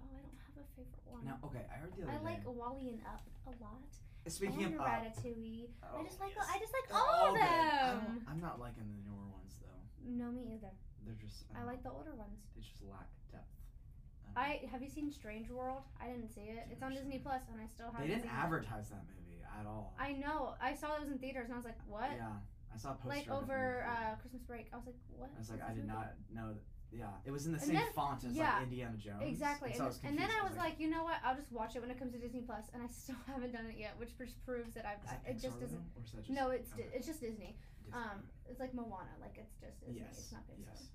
Oh, I don't have a favorite one. Now, okay, I heard the other I day. like Wally and Up a lot. Speaking of and Up, Ratatouille. oh, I just like yes. I just like They're all, of good. Oh. I don't- them. I'm not liking the newer ones though. No, me either. They're just. um, I like the older ones. They just lack depth. don't know. I have you seen Strange World? I didn't see it. It's on Disney Plus, and I still haven't. They didn't seen advertise that movie at all. It. I know. I saw it was in theaters, and I was like, "What?" Yeah, I saw a poster. like of it in the over theater. uh, Christmas break, I was like, "What?" I was like, Is I this did movie?" not know. That, yeah, it was in the And same then- font as yeah, like Indiana Jones. Exactly. And, so I and, was and then confused. I was like, you know what? I'll just watch it when it comes to Disney Plus, and I still (laughs) haven't done it yet, which just proves that I've. is that it just Pixar doesn't. though? Or is that just No, it's di- okay, it's just Disney. Disney? Um, it's like Moana, like it's just Disney. yes. It's not Pixar. Yes.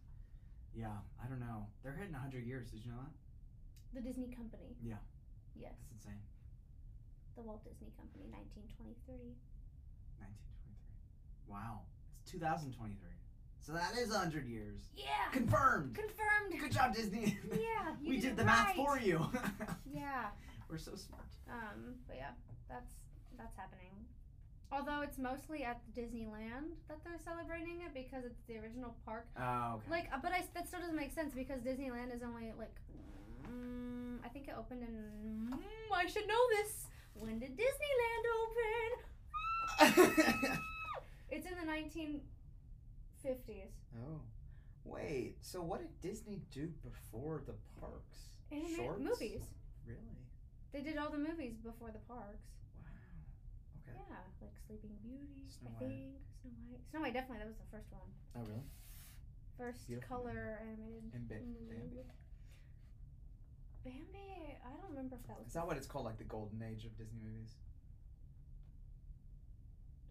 Yeah, I don't know. They're hitting 100 years. Did you know that? The Disney Company. Yeah. Yes, That's insane. the Walt Disney Company, 1923. 1923. Wow. It's 2023. So that is 100 years. Yeah, Confirmed. confirmed. Good job, Disney. (laughs) Yeah, you we did did, it the math right. for you. (laughs) Yeah. We're so smart. Um, but yeah, that's that's happening. Although it's mostly at Disneyland that they're celebrating it because it's the original park. Oh, okay. Like, uh, but I s- that still doesn't make sense because Disneyland is only like, mm, I think it opened in. Mm, I should know this. When did Disneyland open? It's in the 1950s. (laughs) oh. Wait, so what did Disney do before the parks? Animated Shorts? movies. Really? They did all the movies before the parks. Wow. Yeah, Okay. like Sleeping Beauty, Snow I White. think. Snow White. Snow White, definitely. That was the first one. Oh, really? First Beautiful. color animated. And Ba- movie. Bambi? Bambi, I don't remember if that was. Is that what it's called, like the golden age of Disney movies?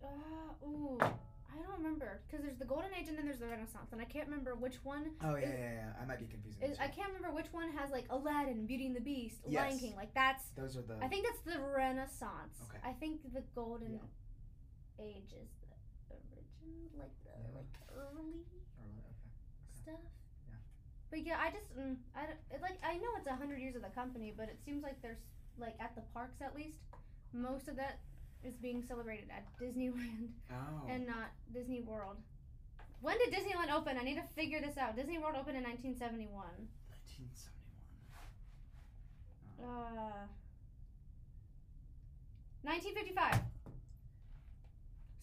Uh, ooh, I don't remember because there's the Golden Age and then there's the Renaissance, and I can't remember which one. Oh, yeah, Is- yeah, yeah. I might be confusing Is, those. I can't remember which one has like Aladdin, Beauty and the Beast, Lion Yes. King. Like that's. Those are the. I think that's the Renaissance. Okay. I think the Golden Yeah. Age is the origin, like the Yeah. like early or- okay. stuff. Yeah. But yeah, I just mm, I don't- it, like I know it's a hundred years of the company, but it seems like there's like at the parks at least, most of that is being celebrated at Disneyland (laughs) Oh. and not Disney World. When did Disneyland open? I need to figure this out. Disney World opened in 1971. 1971. Oh, Uh, 1955.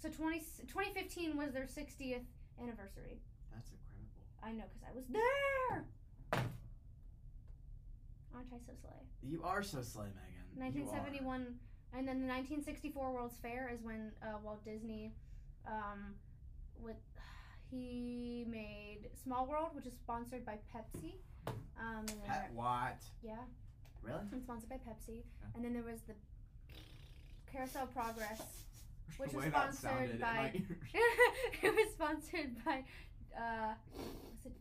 So 20, 2015 was their 60th anniversary. That's incredible. I know because I was there. Aren't I so slay? You are so slay, Megan. You are. 1971, and then the 1964 World's Fair is when uh, Walt Disney, um, with (sighs) he made Small World, which is sponsored by Pepsi. Um, and then there- Pat Watt. yeah, Really? and sponsored by Pepsi. Yeah. And then there was the Carousel Progress. (laughs) Which the was way that sponsored sounded in my by- ears. (laughs) it was sponsored by uh was it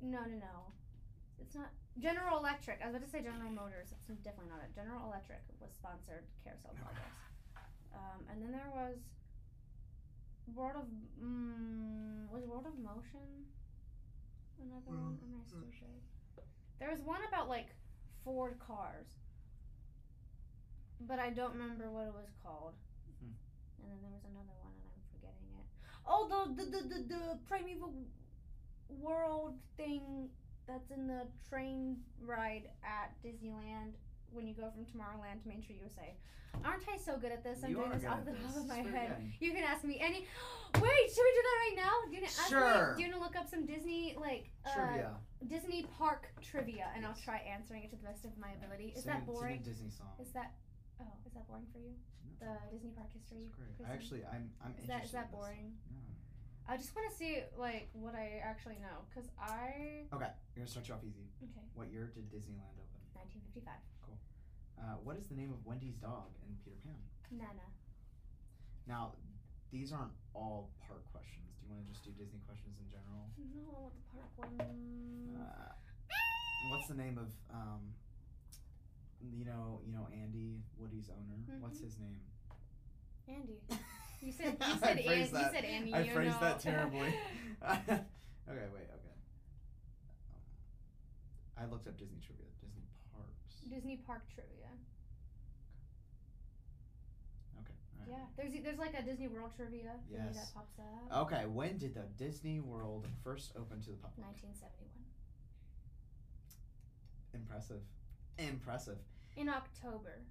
no no no it's not general electric i was about to say general motors it's definitely not it general electric was sponsored carousel progress um, and then there was world of mm, was world of motion another one am i so Hmm. sure there was one about like ford cars but i don't remember what it was called Hmm. and then there was another one and i'm forgetting it Oh, the the the the, the primeval world thing that's in the train ride at Disneyland when you go from Tomorrowland to Main Street USA. Aren't I so good at this? I'm You doing are this good off at the this. top of my It's very head. good. You can ask me any. (gasps) Wait, should we do that right now? Do you wanna ask Sure. me? Do you want to look up some Disney like uh, Trivia. Disney park trivia, and I'll Yes. try answering it to the best of my ability. Is Sing a- that Sing boring? a Disney song. Is that oh, is that boring for you? No, The Disney park that's history. great. quiz I thing? actually, I'm, I'm is interested. that is that in this. boring? No. I just want to see like what I actually know, cause I Okay, we're gonna start you off easy. okay. What year did Disneyland open? 1955. Uh, what is the name of Wendy's dog in Peter Pan? Nana. Now, these aren't all park questions. Do you want to just do Disney questions in general? No, I want the park one. Uh, what's the name of um, you know, you know Andy Woody's owner? What's Mhm. his name? Andy. (laughs) You said (laughs) I you said Andy. You phrased that- said Andy. I you phrased know. that (laughs) terribly. (laughs) okay, wait. Okay. Um, I looked up Disney trivia. Disney parks. Disney park trivia. Okay. all right. Yeah, there's there's like a Disney World trivia thingy Yes. Uh, that pops up. Okay. When did the Disney World first open to the public? 1971. Impressive. Impressive. In October.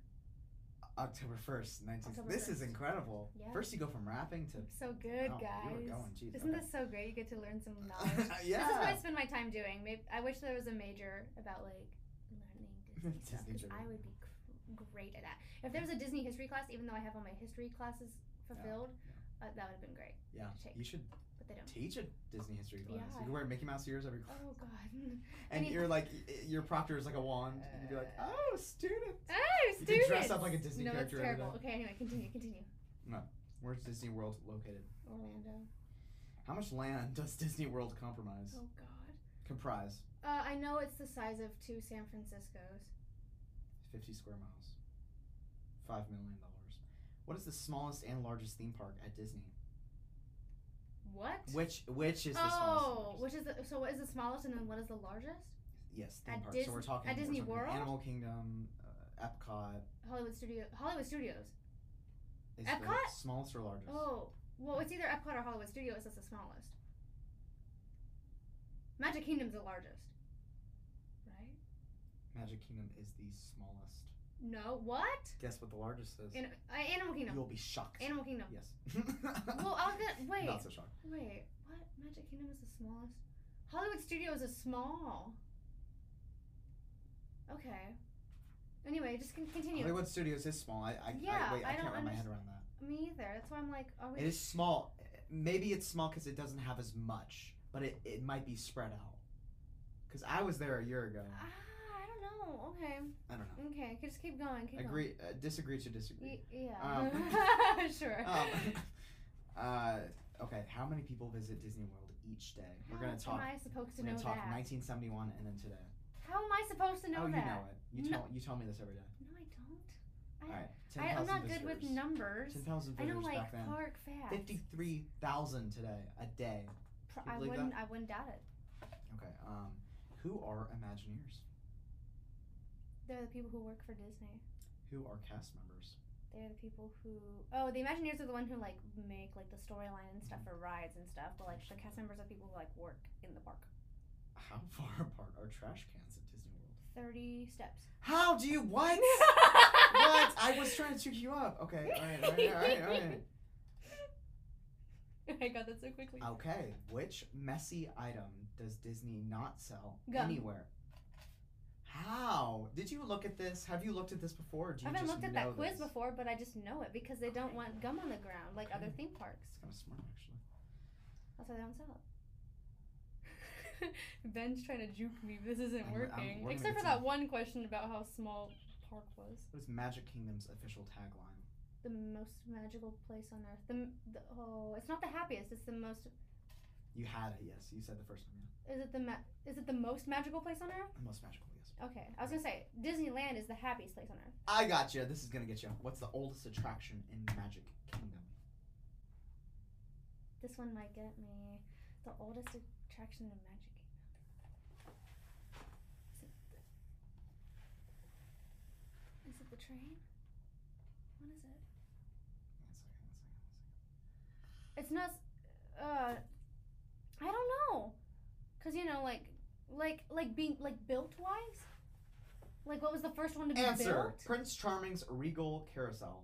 October 1st, 19. October This is 1st. incredible. Yeah. First, you go from rapping to. So good, Oh, guys. you were going, jeez, Isn't okay. this so great? You get to (laughs) learn some knowledge. This is what I yeah. spend my time doing. Maybe I wish there was a major about like (laughs) learning It's a Disney. stuff, 'cause major. I would be cr- great at that. If there was a Disney history class, even though I have all my history classes fulfilled, Uh, that would have been great. Yeah. Shake. You should But they (laughs) don't. teach a Disney history class. Yeah. You can wear Mickey Mouse ears (laughs) every Oh God. And (laughs) Any- you're like, y- your proctor is like a wand. and you'd be like, Uh, oh, student. Oh, You students. can dress up like a Disney no, character That's every terrible. Okay, anyway, continue, continue. Where's Disney World located? Orlando. (laughs) How much land (laughs) does Disney World compromise? Oh God. Comprise Uh, I know it's the size of two San Francisco's. 50 square miles. $5 million. What is the smallest and largest theme park at Disney? What? Which which is the oh, smallest? and largest? which is the so? What is the smallest, and then what is the largest? Yes, theme at park. so we're Dis- talking at we're Disney talking World? Animal Kingdom, uh, Epcot. Hollywood Studio. Hollywood Studios. Is the Epcot? smallest or largest? Oh, well, it's either Epcot or Hollywood Studios. That's the smallest. Magic Kingdom's the largest. Right? Magic Kingdom is the smallest. No. What? Guess what the largest is? In, uh, Animal Kingdom. You'll be shocked. Animal Kingdom. yes. Well, I (laughs) was gonna wait. Not so shocked. Wait, what? Magic Kingdom is the smallest? Hollywood Studios is small. Okay. Anyway, just con- continue. Hollywood Studios is small. I, I, Yeah, I, wait, I, I can't don't wrap my head around that. Me either. That's why I'm like, are we? It is small. Maybe it's small because it doesn't have as much, but it, it might be spread out. Because I was there a year ago. ah, I don't know. Okay. I don't know. Okay. Just keep going. Keep Agree, uh, disagree to disagree. Going. Y- yeah. (laughs) sure. Um, (laughs) uh, okay, how many people visit Disney World each day? We're gonna How talk. am I supposed to We're know gonna talk that? 1971 and then today. How am I supposed to know oh, you that? know it. You No. tell you tell me this every day. No, I don't. All right, ten I, I'm thousand not visitors. good with numbers. Ten thousand I know visitors like back then. park facts. Fifty-three thousand today, a day. Pro- you I believe that? wouldn't. I wouldn't doubt it. Okay. Um, who are Imagineers? They're the people who work for Disney. Who are cast members? They're the people who. Oh, the Imagineers are the one who like make like the storyline and stuff for rides and stuff. But like the cast members are people who like work in the park. How (laughs) far apart are trash cans at Disney World? Thirty steps. How do you (laughs) what? what? I was trying to trick you up. Okay. All right. All right. All right. All right. I got that so quickly. Okay, which messy item does Disney not sell Gum. anywhere? How did you look at this? Have you looked at this before? Or do I you haven't just looked at know that quiz this? before, but I just know it because they don't want gum on the ground like other Okay. theme parks. It's kind of smart, actually. That's why they don't (laughs) sell it. Ben's trying to juke me. This isn't I'm- I'm- working. we're gonna Except get for that some- one question about how small park was. What is Magic Kingdom's official tagline? The most magical place on earth. The, m- the oh, it's not the happiest. It's the most. You had it, yes. You said the first one, yeah. Is it the ma- Is it the most magical place on earth? The most magical, yes. Okay, I was gonna say Disneyland is the happiest place on earth. I got you. This is gonna get you. What's the oldest attraction in Magic Kingdom? This one might get me. The oldest attraction in Magic Kingdom. Is it the, is it the train? What is it? One second, one second, one second. It's not. s- Uh, I don't know, cause you know, like, like, like being like built wise. Like, what was the first one to be Answer: built? Prince Charming's Regal Carousel,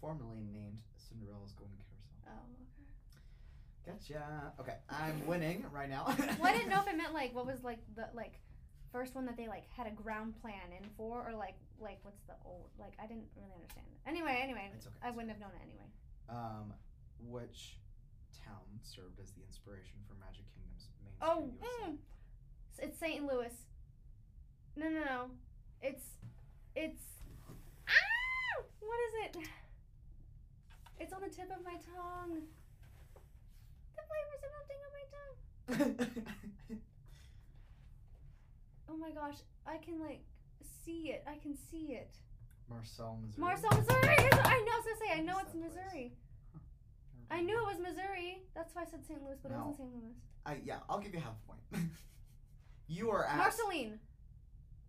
formerly named Cinderella's Golden Carousel. Oh, okay. Gotcha. Okay, I'm winning right now. Well, I didn't know if it meant like what was like the like first one that they like had a ground plan in for, or like like what's the old like I didn't really understand. Anyway, anyway, It's okay, I it's wouldn't have known it anyway. Um, which town served as the inspiration for Magic Kingdom's main Oh, street, USA? mm. S- it's St. Louis. No, no, no. It's, it's. Ah! What is it? It's on the tip of my tongue. The flavors are melting on my tongue. hmm. Oh my gosh, I can like see it. I can see it. (laughs) Marcel, Missouri. Marcel, Missouri. Is, I know. I was gonna say. I know Where's it's that place? Missouri. I knew it was Missouri. That's why I said St. Louis, but it No. wasn't St. Louis. I, yeah, I'll give you half a point. (laughs) you are at Marceline.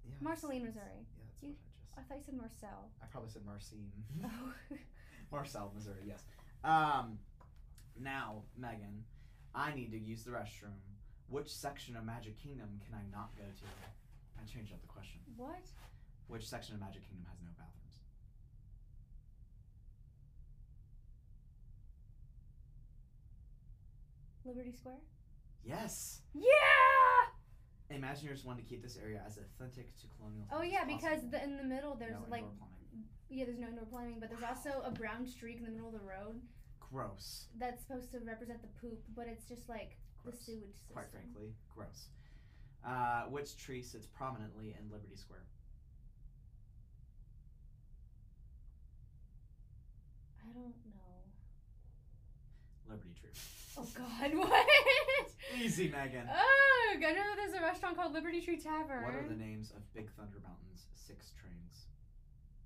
Yeah, it's- Marceline, it's- Missouri. Yeah, that's You- what I just. I thought you said (laughs) Marcel. I probably said Marcine. (laughs) Oh. (laughs) Marcel, Missouri. Yes. Um, now Megan, I need to use the restroom. Which section of Magic Kingdom can I not go to? I changed up the question. what? Which section of Magic Kingdom has no bathrooms? Liberty Square? Yes. Yeah! Imagineers wanted to keep this area as authentic to colonial. Oh times as yeah, because possible. the, in the middle there's No like indoor plumbing. yeah, there's no indoor plumbing, but there's also a brown streak in the middle of the road gross. that's supposed to represent the poop, but it's just like the Gross. sewage system. Quite frankly, gross. Uh, which tree sits prominently in Liberty Square? I don't know. Liberty Tree. Oh God, (laughs) what? Easy, Megan. Oh, I know that there's a restaurant called Liberty Tree Tavern. What are the names of Big Thunder Mountain's six trains?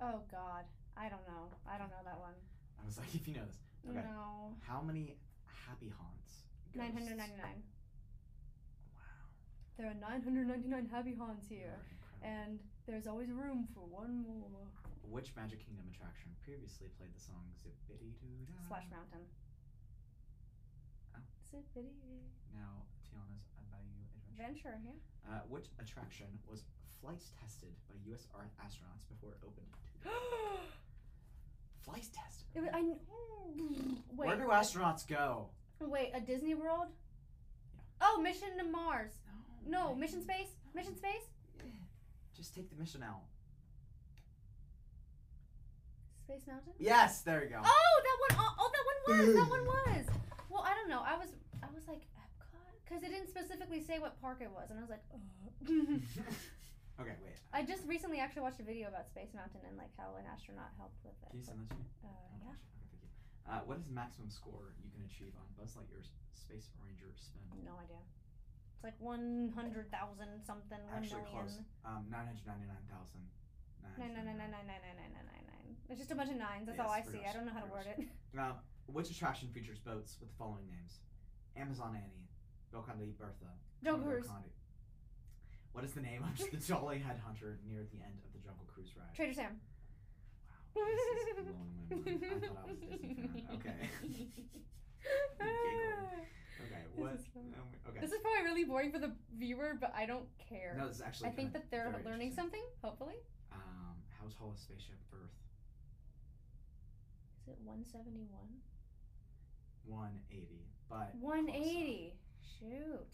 oh God, I don't know. I don't know that one. I was like, (laughs) if you know this. Okay. No, How many happy haunts? ghosts- nine hundred ninety-nine. Wow. There are nine hundred ninety-nine happy haunts you here, are incredible. and there's always room for one more. Which Magic Kingdom attraction previously played the song Zippity Doo Dah? Splash Mountain. Uh, Oh. Zippity Now, Tiana's Bayou Adventure. Adventure, yeah. (gasps) Uh, which attraction was flight tested by U.S. ar- astronauts before it opened? Flight tested. it was, I kn- wait. Where do astronauts go? wait, a Disney World? Yeah. Oh, Mission to Mars. No, Megan. Mission Space. Mission Space. Yeah. Just take the mission out. Space Mountain. Yes, there you go. Oh, that one! Oh, oh, that one was. That one was. Well, I don't know. I was, I was like Epcot, because it didn't specifically say what park it was, and I was like, (laughs) (laughs) Ugh. okay, wait. I just recently actually watched a video about Space Mountain and like how an astronaut helped with Can it. you send that to me? Uh, Oh, yeah. gosh. Okay, thank you. Uh, what is the maximum score you can achieve on Buzz Lightyear's Space Ranger spin? No idea. It's like one hundred thousand something. One Actually, million. close. Um, nine hundred ninety-nine thousand. Nine nine nine nine nine nine nine nine nine nine. It's just a bunch of nines. That's all I Yes, see. pretty I much, don't know how to word pretty it. Um, which attraction features boats with the following names? Amazon Annie, Belcondi Bertha, Jungle Jungle Cruise. Conde- What is the name of (laughs) the Jolly Headhunter near the end of the Jungle Cruise ride? Trader Sam. Wow, this (laughs) is blowing my mind. I thought I was a Disney fan. Okay. (laughs) Okay. What? is fun. um, okay. This is probably really boring for the viewer, but I don't care. no, this is actually. I think kinda that they're very learning interesting. something, hopefully. Um, how tall is spaceship Earth? Is it 171? One eighty. But 180. Shoot.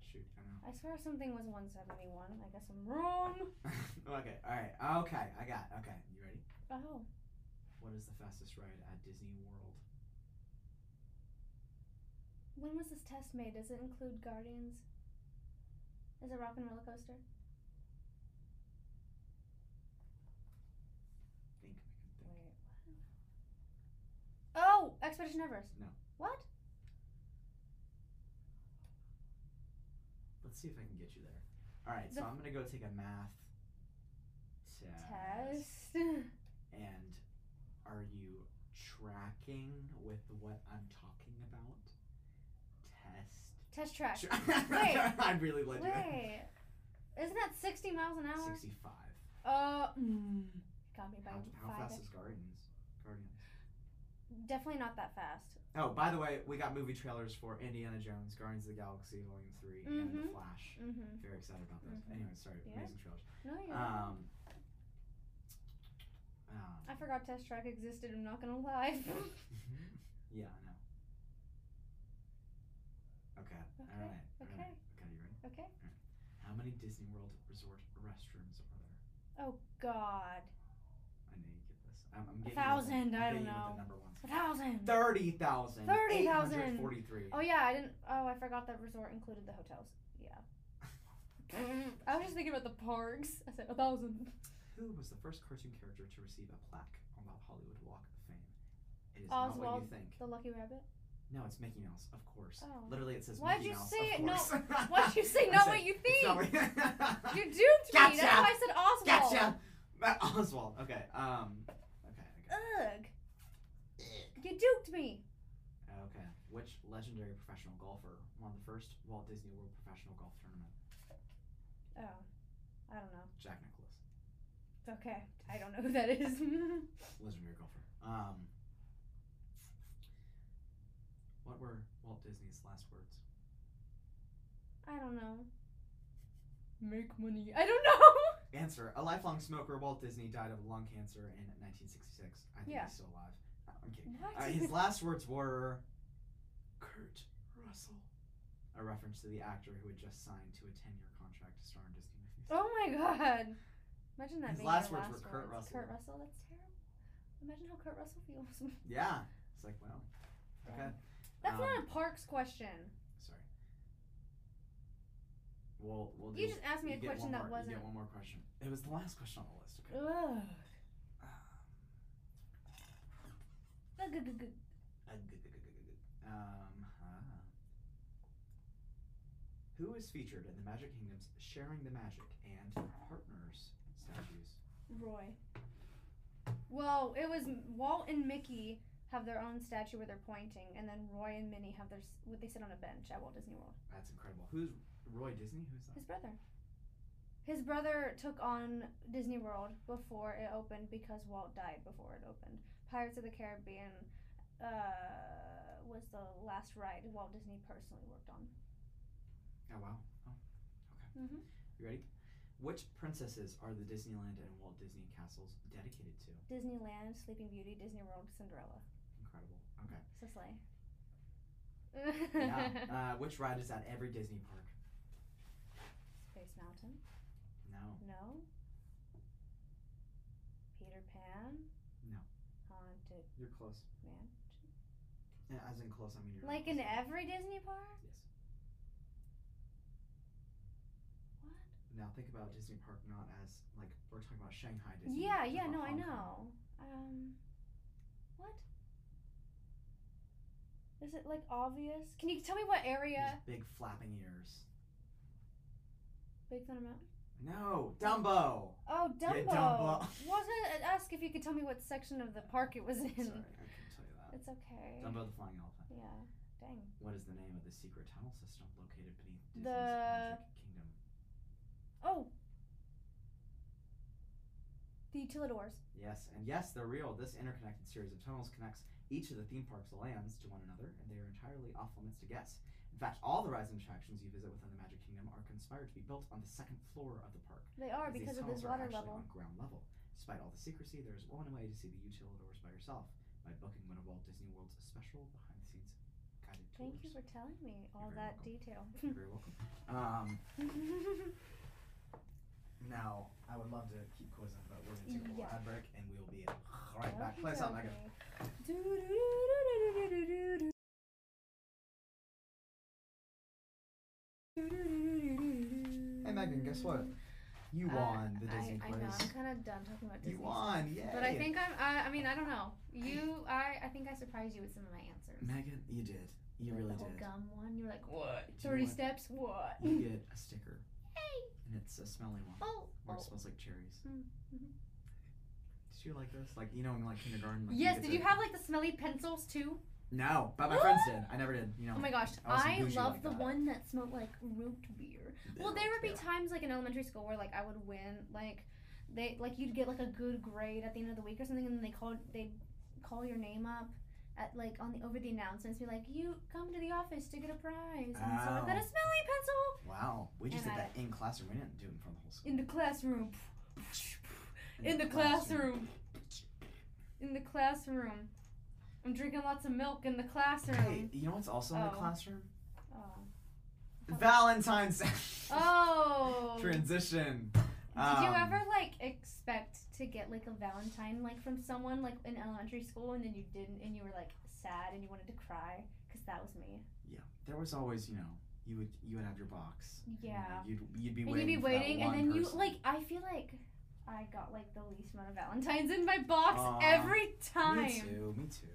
shoot, I I swear something was 171. I guess I'm wrong. know. (laughs) okay. All right. Okay. I got. it. Okay. You ready? Oh. What is the fastest ride at Disney World? When was this test made? Does it include Guardians? Is it Rock and Roller Coaster? Think. Wait. what? Oh! Expedition Everest. No. What? Let's see if I can get you there. All right. So The- I'm gonna go take a math test. Test. And are you tracking with what I'm talking about? Test. (laughs) Test track. Sure. Uh, (laughs) Wait. I really led you. in. Wait. Isn't that 60 miles an hour? 65. Uh, mm, got me by How, how five. fast is Guardians? Guardians. Definitely not that fast. Oh, by the way, we got movie trailers for Indiana Jones, Guardians of the Galaxy Volume 3, and The Mhm. Flash. Mm-hmm. Very excited about those. Mhm. Anyway, sorry, Yeah. amazing trailers. No, you're right. Um, um, I forgot Test Track existed. I'm not gonna lie. (laughs) (laughs) yeah, I know. Okay, Okay, alright. alright. okay. Okay, you ready? okay. How many Disney World resort restrooms are there? Oh God. I know you get this. I'm, I'm A getting you with the- thousand, I'm I getting don't you with know. The number ones. thousand. Thirty thousand. 30,000. Forty-three. Oh yeah, I didn't. Oh, I forgot that resort included the hotels. Yeah. (laughs) Mm-hmm. I was just thinking about the parks. I said a thousand. Who was the first cartoon character to receive a plaque on the Hollywood Walk of Fame? It is not what you Oswald. think. The Lucky Rabbit. No, it's Mickey Mouse, of course. Oh. Literally, it says Why'd Mickey you Mouse. say of it? No. course. (laughs) (laughs) Why'd you say I not said, what you "It's not think? (laughs) what you-" You duped me. Gotcha. That's why I said Oswald. gotcha. (laughs) Uh, Oswald. Okay. Um. Okay. Ugh. Okay. You duped me. Okay. Which legendary professional golfer won the first Walt Disney World Professional Golf Tournament? Oh, I don't know. Jack Nicklaus, Okay, I don't know who that is. (laughs) legendary golfer. Um. What were Walt Disney's last words? I don't know. Make money. I don't know. Answer: A lifelong smoker, Walt Disney died of lung cancer in 1966. I think Yeah. he's still alive. No, I'm (laughs) kidding. What? Uh, his last words were Kurt Russell, a reference to the actor who had just signed to a 10 year contract to star in Disney movies. Oh my god. Imagine that His being last your words last were Kurt words. Russell. Kurt Russell, that's terrible. Imagine how Kurt Russell feels. (laughs) Yeah. It's like, well, okay. That's Um, not a parks question. Sorry. We'll, we'll do, You just asked me you a get question one that more, You wasn't. get one more question. It was the last question on the list. Okay. Ah. Ugh. Um, ah. Who is featured in the Magic Kingdom's Sharing the Magic and Partners statues? Roy. Well, it was Walt and Mickey have their own statue where they're pointing, and then Roy and Minnie have their s- what they sit on a bench at Walt Disney World. That's incredible. Who's Roy Disney? Who's that? His brother. His brother took on Disney World before it opened because Walt died before it opened. Pirates of the Caribbean uh, was the last ride Walt Disney personally worked on. Oh wow. Oh, okay. Mhm. You ready? Which princesses are the Disneyland and Walt Disney castles dedicated to? Disneyland, Sleeping Beauty, Disney World, Cinderella. Incredible. (laughs) Okay. So slay. (laughs) Yeah. uh, which ride is at every Disney park? Space Mountain. No. No. Peter Pan. No. Haunted You're close. Man. Yeah, as in close, I mean you're. Like in every Disney park? Yes. What? Now think about Disney park not as like we're talking about Shanghai Disney. yeah, we're yeah, talking no, about I Hong Kong. know. Um, what? Is it like obvious? Can you tell me what area? These big flapping ears. Big Thunder Mountain. No, Dumbo. Oh, Yeah, Dumbo. Dumbo. Wasn't it ask if you could tell me what section of the park it was in? Sorry, I couldn't tell you that. It's okay. Dumbo the flying elephant. Yeah. Dang. What is the name of the secret tunnel system located beneath Disney's The- Magic Kingdom? Oh. The Utilidors. Yes, and yes, they're real. This interconnected series of tunnels connects each of the theme park's lands to one another, and they are entirely off limits to guests. In fact, all the rides and attractions you visit within the Magic Kingdom are conspired to be built on the second floor of the park. They are as these because of tunnels this are water actually level. on ground level. Despite all the secrecy, there is one way to see the Utilidors by yourself by booking one of Walt Disney World's special behind-the-scenes guided tours. Thank you for telling me all You're very that welcome. detail. You're very welcome. Um, (laughs) Now, I would love to keep quizzing, but we're going to take a little Yeah. ad break and we will be right back. Play something. Megan. Hey, Megan, guess what? You won the Disney Uh, I, quiz. I know. I'm kind of done talking about you Disney. won, yay! But I think I'm. I, I mean, I don't know. You, I, I think I surprised you with some of my answers. Megan, you did. You Like really the whole did. gum one. You're like what? You Thirty won. steps. What? You get a sticker, Hey. and it's a smelly one Oh. where it oh. smells like cherries. Mm, mhm. Did you like this? Like you know, in like kindergarten. Like, Yes. get Did the- you have like the smelly pencils too? No, but my friends did. I never did. You know. (gasps) Oh my gosh, I wasn't I, bougie love like the that. one that smelled like root beer. Well, there would be times like in elementary school where like I would win, like they like you'd get like a good grade at the end of the week or something, and then they called they would call your name up at like on the over the announcements, be like you come to the office to get a prize, and so I Ow. got a smelly Oh. pencil Wow, we just And did I- that in classroom. We didn't do it in front of the whole school. in the classroom, in the classroom, in the classroom. I'm drinking lots of milk in the Hey, classroom. you know what's also in the Oh. classroom? Oh. Valentine's oh. (laughs) transition. Did you Um, ever like expect to get like a Valentine like from someone like in elementary school, and then you didn't, and you were like sad and you wanted to cry? Because that was me. There was always, you know, you would you would have your box. and, you know, Yeah. You'd you'd be And waiting. you'd be for that waiting, and one then you person. like. I feel like I got like the least amount of Valentines in my box Aw, every Me time. too. Me too.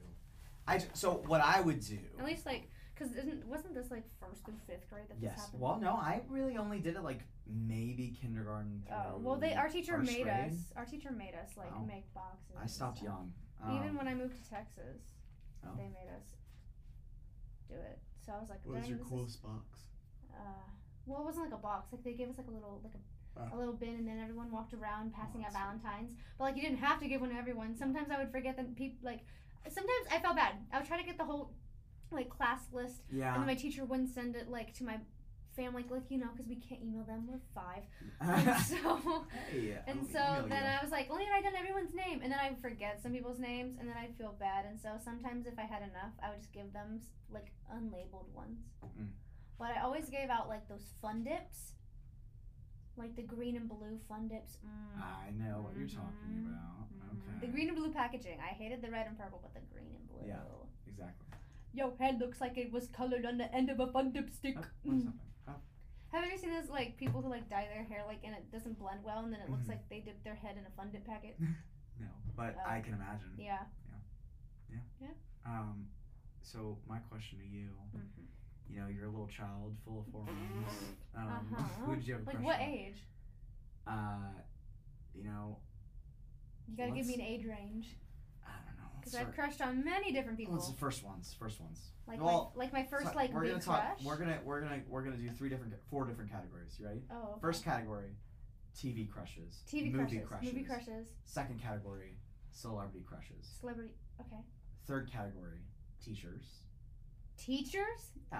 I j- so what I would do. At least like, cause isn't wasn't this like first through fifth grade that this Yes. happened? Well, no, I really only did it like maybe kindergarten. Oh, through well, they our teacher first made grade. us. Our teacher made us like Wow. make boxes. I and stopped stuff. young. Even Um, when I moved to Texas, Oh. they made us do it. So I was like, What "Dang, was your this is- coolest box? uh, well, it wasn't like a box. Like they gave us like a little like a, Oh. a little bin, and then everyone walked around passing Oh, out that's sweet. valentines. But like you didn't have to give one to everyone. Sometimes I would forget that people like. Sometimes I felt bad. I would try to get the whole like class list Yeah. (laughs) and then my teacher wouldn't send it like to my family, like, you know, because we can't email them. We're (laughs) five, (laughs) and so hey, I'm (laughs) gonna and so email then Oh, you. I was like, let me write down everyone's name, and then I forget some people's names, and then I feel bad, and so sometimes if I had enough, I would just give them s- like unlabeled ones. Mm. But I always gave out like those fun dips, like the green and blue fun dips. Mm. I know what you're talking Mhm. about. Mm. Ah, Okay. The green and blue packaging. I hated the red and purple, but the green and blue. Yeah. Exactly. Your head looks like it was colored on the end of a fun dip stick. (laughs) Oh, what's happening? Oh, Have you ever seen those like people who like dye their hair like and it doesn't blend well, and then it looks Mhm. like they dipped their head in a fun dip packet? no, but Oh. I can imagine. Yeah. Um, so my question to you, Mhm. you know, you're a little child, full of hormones. (laughs) Um, Uh-huh. who did you have a Like crush what on? age? Uh, you know, You gotta give me an Let's- age range I don't know. let's because I've start- crushed on many different people. What's the first ones? First ones. like well, my, like my first So like we're big gonna crush. talk. We're gonna we're gonna we're gonna do three different four different categories. You ready? oh, okay. First category, TV crushes. TV movie crushes, movie crushes, Second category, celebrity crushes. celebrity. Okay, Third category, teachers. teachers. Yeah,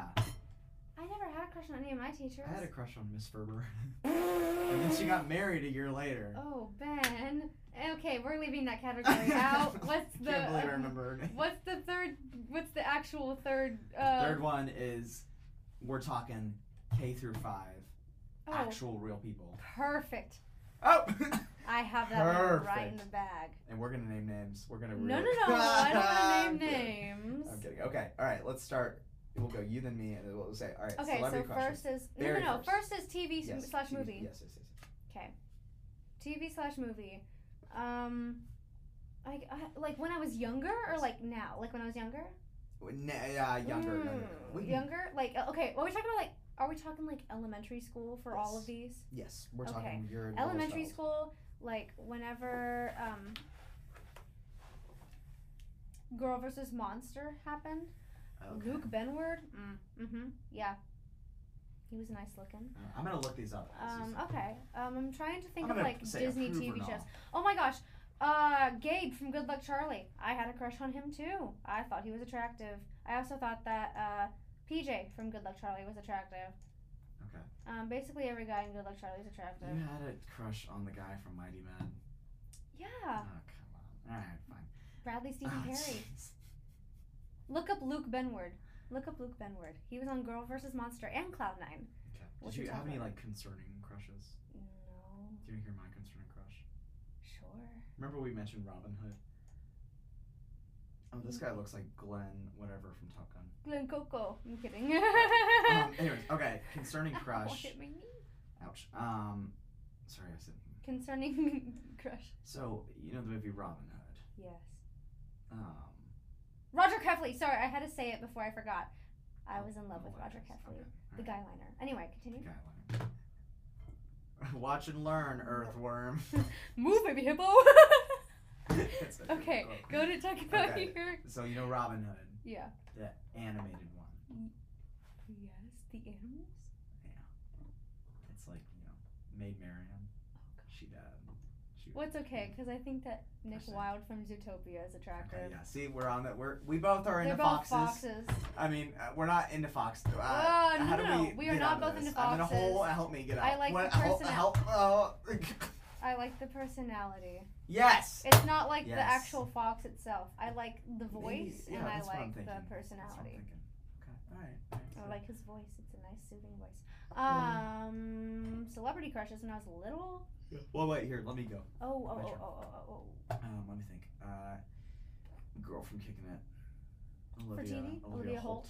I never had a crush on any of my teachers. I had a crush on Miss Ferber, (laughs) and then she got married a year later. (gasps) Oh Ben. Okay, we're leaving (laughs) that category out. What's the? Can't believe I um, remember her name. What's the third? What's the actual third? Uh, Third one is we're talking K through five, Oh, actual real people. perfect. Oh, (laughs) I have that one right in the bag. and we're gonna name names. We're gonna. No, no, really- no. I (laughs) don't I'm want to name kidding. names. I'm kidding. Okay, all right. Let's start. We'll go you then me, and then we'll say all right. Okay, so celebrity crushes. first is no, no, Very no. First. first. is TV Yes, slash TV movie. Yes, yes, yes. TV slash movie. Um, I, I like when I was younger, or like now, like when I was younger. Well, n- Yeah, Uh, younger, younger. Mm, We- younger. Like uh, okay, are we talking about like? Are we talking like elementary school for all of Yes. these? Yes, we're Okay. talking your little elementary child. school, like whenever um, Girl versus Monster happened, Okay. Luke Benward. Mm, mm-hmm. Yeah, he was nice looking. Uh, I'm gonna look these up. This Um, is- okay. Um, I'm trying to think I'm of gonna like say Disney approve or TV not. shows. Oh my gosh. Uh, Gabe from Good Luck Charlie. I had a crush on him too. I thought he was attractive. I also thought that uh, PJ from Good Luck Charlie was attractive. Okay. Um, basically every guy in Good Luck Charlie is attractive. You had a crush on the guy from Mighty Men. Yeah. Oh, come on. All right, fine. Bradley Ah. (laughs) Stephen Oh, Perry. jeez. Look up Luke Benward. Look up Luke Benward. He was on Girl versus Monster and Cloud Nine. Okay. What's Did you your have top any one? like concerning crushes? No. Do you hear my concerning crush? Sure. Remember we mentioned Robin Hood? Oh, this guy looks like Glenn, whatever from Top (laughs) Gun. Glen Coco. I'm kidding. (laughs) Um, anyways, okay. Concerning Ow, crush. hit my knee. Ouch. Um, sorry, I said. Concerning (laughs) crush. So you know the movie Robin Hood. Yes. Um, Roger Kefley. Sorry, I had to say it before I forgot. I Oh, was in love no with Roger worries. Kefley, Okay, the guy liner. Anyway, continue. Guy Learn. (laughs) Watch and learn, (laughs) Earthworm. (laughs) Move, baby hippo. (laughs) That's a good okay, quote. go to talk about Oh. Okay. your. So you know Robin Hood, Yeah. the animated one. Yes, the animals. It's like you know, Maid Marian. Oh, She died. She What's okay? Because I think that Nick Person. Wilde from Zootopia is attractive. Okay, yeah. See, we're on that. We're we both are They're into both foxes. foxes. I mean, uh, we're not into fox. Uh, Oh, no, how do no, we? no. We are get not out of both this? into I'm in a hole. foxes. Help me get out. I like What- the help- persona- Help. Oh. (laughs) I like the personality. yes. It's not like the Yes. actual fox itself. I like the Maybe- voice yeah, and I that's what I'm like the thinking. That's what I'm personality. thinking. Okay. All right. all right, I so- like his voice. It's a nice soothing voice. Um, celebrity crushes when I was little. Well, wait here. Let me go. Oh, oh, My oh, turn. oh, oh, oh, Um, let me think. Uh, girl from Kicking It. Olivia. TV? Olivia, Olivia Holt.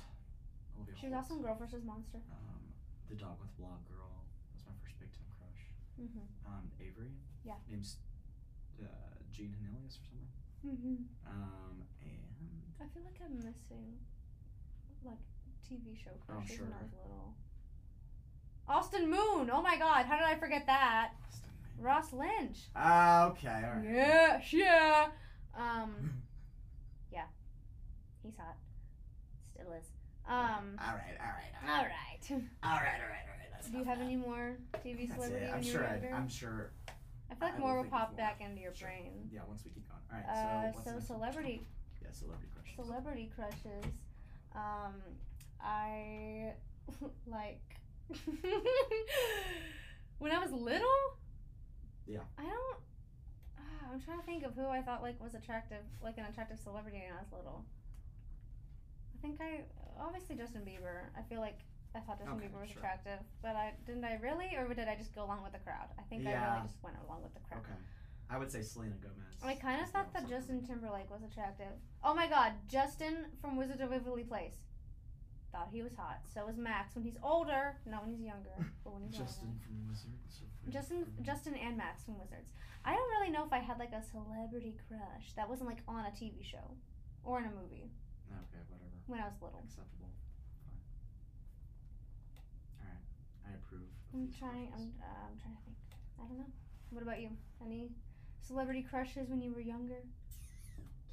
Olivia She was Holt. also in Girl vs. Monster. Um, the dog with blonde girl. That was my first big time crush. Mm-hmm. Um, Avery. Yeah. Name's uh, Gene Hanelius or something. Mm-hmm. Um, and I feel like I'm missing like TV show crushes when I was little. Austin Moon. Oh my God! How did I forget that? Ross Lynch. Ah, okay, all right. (laughs) Yeah, yeah. Um, yeah, he's hot. Still is. Um, All right, all right, all right, all right. (laughs) Do all right, all right, all right. That's you enough have now. any more TV That's celebrity? it. I'm in your sure. I, radar? I'm sure. I feel like I more will will think of pop more. back into your Sure. brain. Yeah. Once we keep going. All right. Uh, so, what's the so next one? celebrity Yeah, celebrity crushes. celebrity crushes. Um, I (laughs) like (laughs) when I was little. Yeah. I don't. ah, I'm trying to think of who I thought like was attractive, like an attractive celebrity when I was little. I think I obviously Justin Bieber. I feel like I thought Justin Okay, Bieber was sure. attractive, but I didn't. I really, or did I just go along with the crowd? I think I Yeah. really just went along with the crowd. okay. I would say Selena Gomez. I kind of is thought the that outside. Justin Timberlake was attractive. Oh my god, Justin from Wizards of Waverly Place. Thought he was hot. So was Max when he's older, not when he's younger, but when he's Justin from Wizards. older. of Justin, Waverly. Justin and Max from Wizards. I don't really know if I had like a celebrity crush that wasn't like on a TV show or in a movie Okay, whatever. when I was little. Acceptable. Fine. All right. I approve. Of I'm these trying. crushes. I'm, uh, I'm trying to think. I don't know. What about you? Any celebrity crushes when you were younger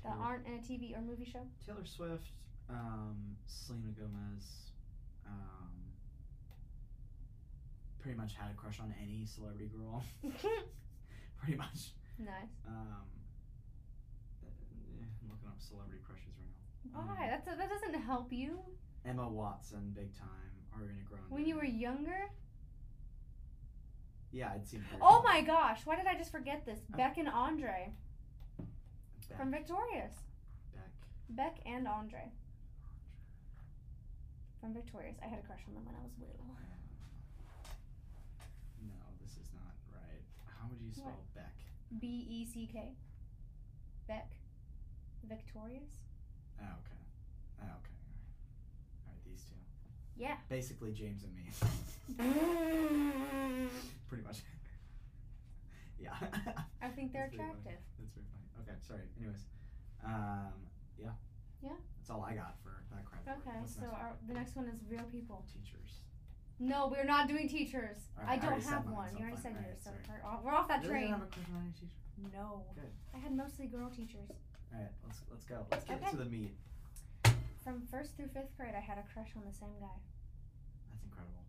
that Taylor- aren't in a TV or movie show? (laughs) Taylor Swift, um, Selena Gomez, um, pretty much had a crush on any celebrity (laughs) girl, (laughs) pretty much. nice. Um, uh, yeah, I'm looking up celebrity crushes right now. Why? That's that doesn't help you. Emma Watson, big time. Ariana Grande. When you were younger? Yeah, I'd seen her. Oh my gosh, why did I just forget this? Oh. Beck and Andre Beck, from Victorious. Beck. Beck and Andre from Victorious. I had a crush on them when I was little. uh, No, this is not right. How would you spell Beck? B E C K. Beck. Victorious? Oh, okay. Oh, okay. All right. All right, these two. Yeah. Basically, James (laughs) and me. Pretty much. (laughs) yeah. I think they're That's pretty funny. attractive. That's very funny. Okay, sorry. Anyways, um, yeah. Yeah. That's all I got for that crap. Okay, so our, the next one is real people. teachers. No, we're not doing teachers. All right, I I don't already said have mine, one. so You already fine. said All yours, right, so sorry. we're off, we're off that Really train. didn't have a crush on any teacher. No. Good. I had mostly girl teachers. All right, let's let's go. Let's get Okay. to the meat. From first through fifth grade, I had a crush on the same guy. That's incredible.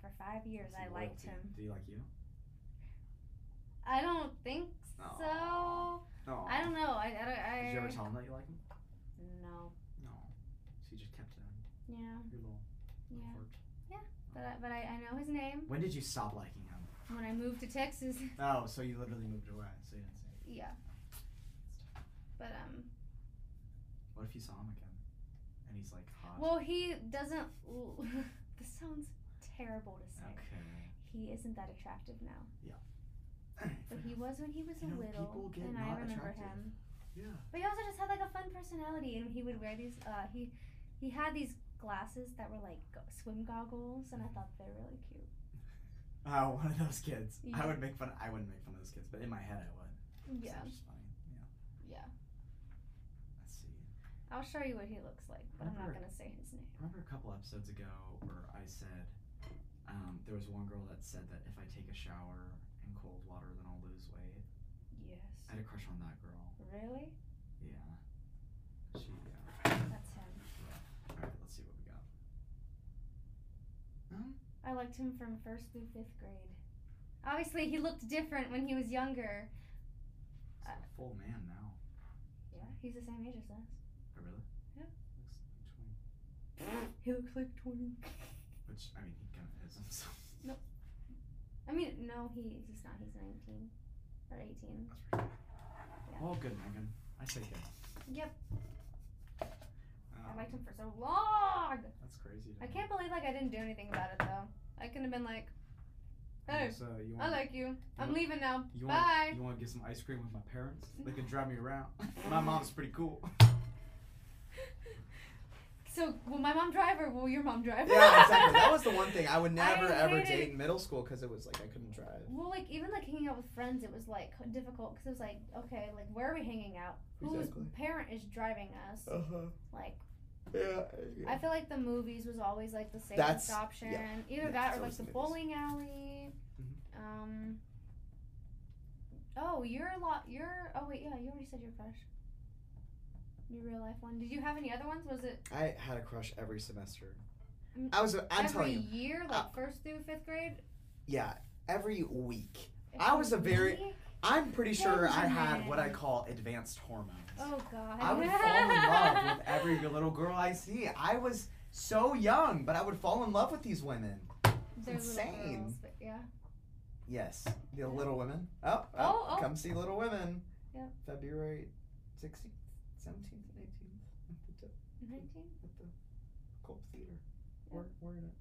For five years, That's I some liked loyalty. him. Do you like you? I don't think so. Aw. No. I don't know. I, I, don't, I Did you ever tell him that you like him? No. No. So you just kept it in Yeah, your little, little Mm-hmm. yeah. heart. Oh. But, I, but I, I know his name. When did you stop liking him? When I moved to Texas, (laughs) Oh, so you literally moved away, so you didn't see. Him. yeah. But um, What if you saw him again, and he's like hot? well, he doesn't. l- (laughs) this sounds terrible to say. okay. He isn't that attractive now, but he (clears throat) was when he was You know, a little, people get and I not remember attractive. him. yeah. But he also just had like a fun personality, and he would wear these. Uh, he he had these glasses that were like go- swim goggles, and I thought they were really cute. (laughs) Oh, one of those kids. Yeah. I would make fun. I wouldn't make fun of those kids, but in my head, I would. So it's just funny. Yeah. Yeah. Let's see. I'll show you what he looks like, but I'm not Remember- gonna say his name. Remember a couple episodes ago where I said um, there was one girl that said that if I take a shower in cold water, then I'll lose weight. I Yes. had a crush on that girl. Really? Yeah. She. Yeah. That's him. All right. Let's see what we got. Um. I liked him from first through fifth grade. Obviously, he looked different when he was younger. He's Uh, like a full man now. Yeah. He's the same age as us. Oh, really? Yeah. Looks like 20. (gasps) He looks like twenty. Which I mean, he kind of is (laughs) himself. I mean, no, he he's not. He's nineteen or eighteen. That's for sure. Yeah. Well, good, Megan. I say good. Yep. Um, I liked him for so long. That's crazy. to I me. can't believe like I didn't do anything about it though. I could have been like, Hey, So you I want, like you. I'm want- leaving now. you want Bye. you want to get some ice cream with my parents? They can drive me (laughs) around. My mom's pretty cool. So will my mom drive or will your mom drive? yeah, exactly. That was the one thing I would I never ever hated- date in middle school because it was like I couldn't drive. (laughs) Well, like even like hanging out with friends, it was like difficult because it was like, okay, like where are we hanging out? Whose Exactly. parent is driving us? Uh huh. Like Yeah. I feel like the movies was always like the safest That's- option. Either Yeah, that it's or like always the the Mm-hmm. movies. bowling alley. Um. Oh, you're a lot. You're. Oh wait, yeah. You already said your crush. Your real life one. Did you have any other ones? Was it I had a crush every semester. Mm. I was. I'm every telling you. year, like first through fifth grade? Yeah. Every week. I was a very- Really? I'm pretty sure I had what I Benjamin. call advanced hormones. Oh God. I would fall in (laughs) love with every little girl I see. I was so young, but I would fall in love with these women. They're little insane. girls, but yeah. Yes, the Little Women. Oh, oh, Oh, oh. come see Little Women. Yeah. February 16th, 17th, and 18th at the, Nineteen? at the Culp Theater. Yeah. We're, we're in it.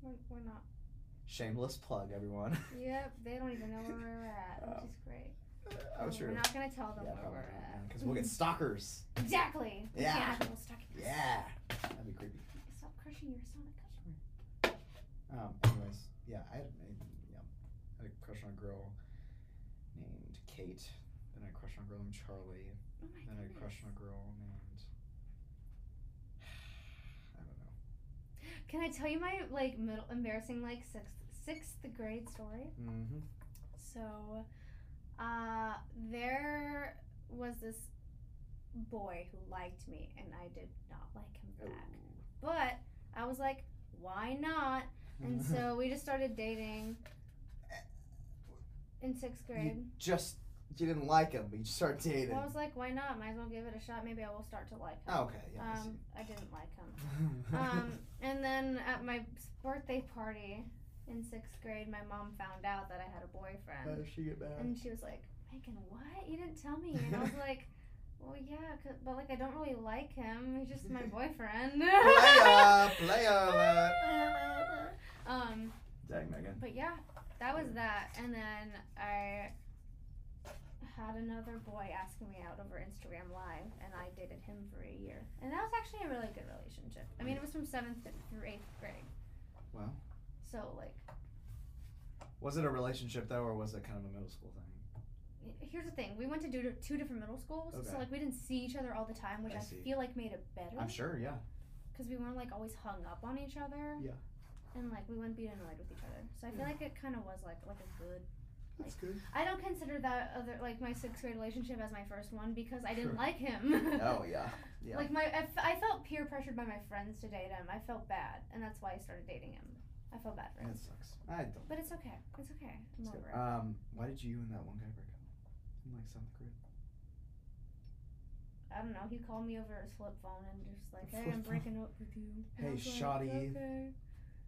We're, we're not. Shameless plug, everyone. (laughs) Yep. They don't even know where we're at, Oh. which is great. I was Oh, sure. We're not gonna tell them Yeah, where probably. we're at. Because we'll get stalkers. Exactly. We Yeah. can't have people stuck in this. Yeah. That'd be creepy. Stop crushing your Sonic customer. Um, anyways, yeah, I had, I, yeah, I had a crush on a girl named Kate. Then I had a crush on a girl named Charlie. Oh my Then I had a crush goodness. on a girl named. (sighs) I don't know. Can I tell you my like middle embarrassing like sixth sixth grade story? Mm-hmm. So, uh, there was this boy who liked me, and I did not like Oh. him back. But I was like, why not? And so we just started dating in sixth grade. (laughs) Just, you didn't like him, but you just started dating. I was like, why not? Might as well give it a shot. Maybe I will start to like him. Oh, okay, yeah, I Um, see. I didn't like him. (laughs) um, and then at my birthday party in sixth grade, my mom found out that I had a How boyfriend, did she get back? (laughs) and she was like, "Megan, what? You didn't tell me." And I was like, "Well, yeah, 'cause- but like I don't really like him. He's just (laughs) my boyfriend." Playa, (laughs) playa. um, Dang, Megan. but yeah, that was that. And then I had another boy asking me out over Instagram Live, and I dated him for a year, and that was actually a really good relationship. I mean, it was from seventh through eighth grade. Wow. So like. Was it a relationship though, or was it kind of a middle school thing? Here's the thing: we went to do two different middle schools, so Okay. like we didn't see each other all the time, which I I, see. feel like made it better I'm sure, yeah. because we weren't like always hung up on each other. Yeah. And like we wouldn't be annoyed with each other, so I feel Yeah. like it kind of was like like a good. That's good. (laughs) I don't consider that other like my sixth grade relationship as my first one because I didn't Sure. like him. (laughs) Oh yeah. yeah. Like my, I, f- I felt peer pressured by my friends to date him. I felt bad, and that's why I started dating him. I felt bad for him, That sucks. I don't. but it's okay. It's okay. I'm it's over good. it. Um, why did you and that one guy break up? In like seventh grade. I don't know. He called me over his flip phone and just like, Flip "Hey, I'm phone. breaking up with you." And I Hey, was like, shawty. Okay.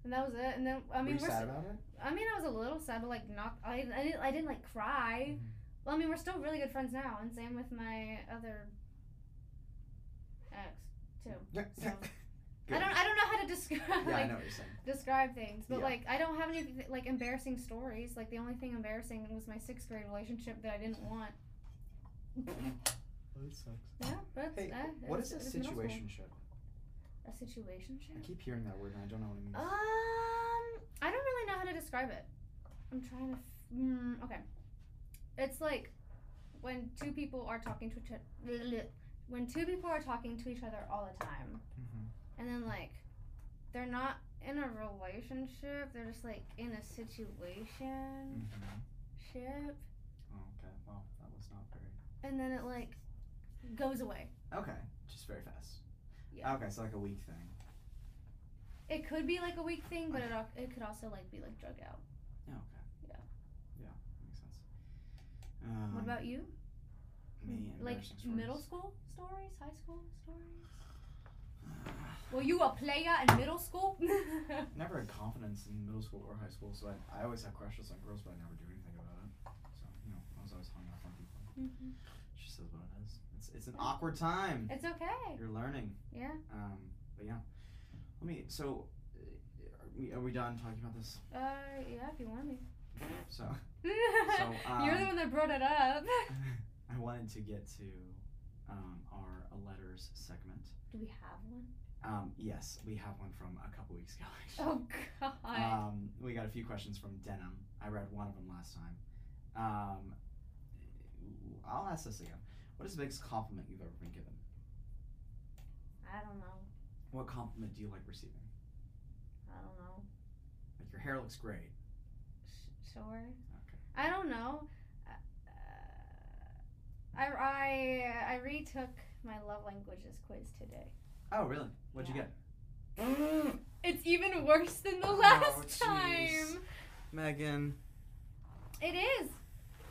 And that was it. And then I mean, Were we're you sad s- about it? I mean, I was a little sad, but like not. I, I didn't. I didn't like cry. Mhm. Well, I mean, we're still really good friends now, and same with my other ex too. (laughs) so- I Good. don't. I don't know how to (laughs) describe Yeah, I like know what you're saying. describe things, but Yeah. like I don't have any like embarrassing stories. Like the only thing embarrassing was my sixth grade relationship that I didn't want. (laughs) that sucks. Yeah, but Hey, uh, what it's- is a it's middle school. situationship? A situationship. I keep hearing that word and I don't know what it means. Um, I don't really know how to describe it. I'm trying to. F- mm, okay, it's like when two people are talking to each other. (laughs) When two people are talking to each other all the time, Mhm. and then like they're not in a relationship, they're just like in a situation Mhm. ship, Oh, okay. Well, that was not very. and then it like goes away. Okay. Just very fast. Ah, Yeah. Okay, so like a week thing. It could be like a weak thing, but it al- it could also like be like drug out. Yeah. Okay. Yeah. Yeah. Makes sense. Um, what about you? me? like Embarrassing middle stories? school stories, high school stories. Were you a player in middle school? (sighs) Never had confidence in middle school or high school, so I, I always had crushes on girls, but I never do anything about it. So you know, I was always hung up on people. She says what it is. It's it's an awkward time. it's okay. You're learning. Yeah. Um, but yeah, let me. So, uh, we, are we done talking about this? Uh, yeah, if you want me. So (laughs) (laughs) You're the um, one that brought it up. I wanted to get to um, our letters segment. Do we have one? Um, yes, we have one from a couple weeks ago. (laughs) Actually. Oh God. Um, we got a few questions from Denim. I read one of them last time. Um, I'll ask this again. What is the biggest compliment you've ever been given? I don't know. What compliment do you like receiving? I don't know. Like your hair looks great. Sh- sure. Okay. I don't know. Uh, I, I I retook my love languages quiz today. (gasps) Oh really? What'd you Yeah. get? It's even worse than the Oh, jeez. last time. Megan, It is.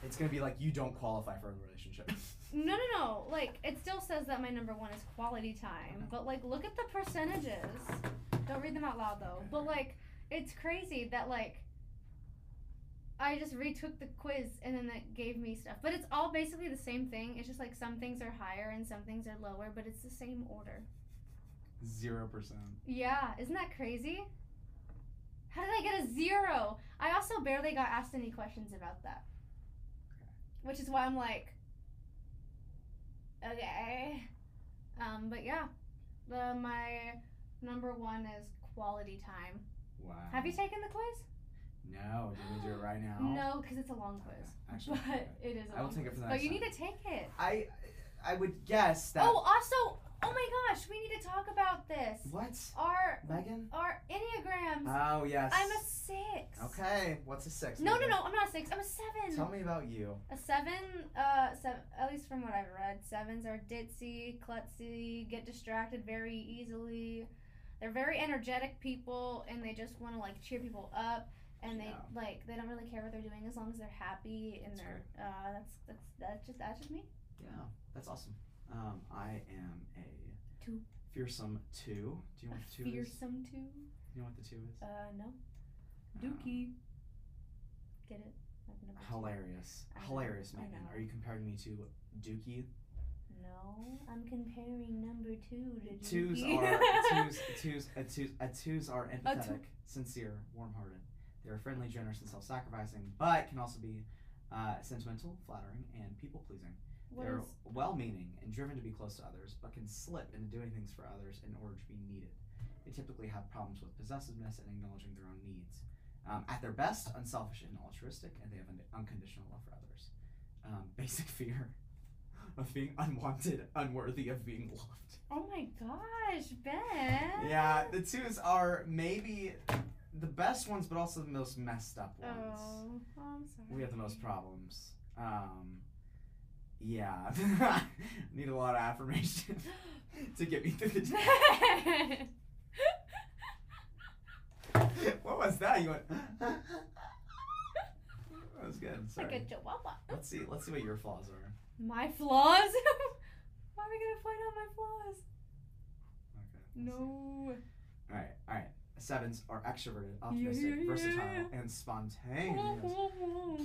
it's gonna be like you don't qualify for a relationship. (laughs) No, no, no. Like it still says that my number one is quality time, but like look at the percentages. Don't read them out loud though. But like it's crazy that like I just retook the quiz and then that gave me stuff. But it's all basically the same thing. It's just like some things are higher and some things are lower, but it's the same order. Zero percent. Yeah, isn't that crazy? How did I get a zero? I also barely got asked any questions about that. Which is why I'm like, okay. Um, but yeah, the, my number one is quality time. Wow. Have you taken the quiz? Um, No. Do we do it right now? No, because it's a long Okay, quiz. Actually, (laughs) but it is a I will long take it for quiz. the But next you time. need to take it. I I would guess that. Oh, also, oh my gosh, we need to talk about this. What? Our, Megan? our Enneagrams. Oh yes. I'm a six. Okay. What's a six? No, no, Megan? no. I'm not a six. I'm a seven. Tell me about you. A seven. Uh, seven. At least from what I've read, sevens are ditzy, klutzy, get distracted very easily. They're very energetic people, and they just want to like cheer people up. And they Yeah. like they don't really care what they're doing as long as they're happy and That's they're uh that's that's that's just that's just me. Yeah, that's awesome. Um, I am a Two. fearsome two. Do you know what the two is? Fearsome too. You know what the two is? Uh, no. Uh, Dookie. Get it? I've never- Hilarious, I know, hilarious, I Megan. know. Are you comparing me to Dookie? No, I'm comparing number two to (laughs) Twos Dookie. are twos, twos, a twos, a twos are empathetic, sincere, warm-hearted. They are friendly, generous, and self-sacrificing, but can also be uh, sentimental, flattering, and people-pleasing. What They're is- well meaning and driven to be close to others, but can slip into doing things for others in order to be needed. They typically have problems with possessiveness and acknowledging their own needs. Um, at their best, unselfish and altruistic, and they have an unconditional love for others. Um, basic (laughs) fear of being unwanted, unworthy of being loved. Oh my gosh, Ben. Yeah, the twos are maybe the best ones, but also the most messed up Oh, ones. oh, I'm sorry. We have the (laughs) most problems. Um, yeah, (laughs) need a lot of affirmation (laughs) to get me through the (laughs) day. what was that? You went. (laughs) that was good. like Sorry. a chihuahua. Let's see. Let's see what your flaws are. My flaws? (laughs) Why are we gonna find out my flaws? Okay. let's see. No. All right. All right. Sevens are extroverted, optimistic, yeah, yeah, yeah. versatile, and spontaneous.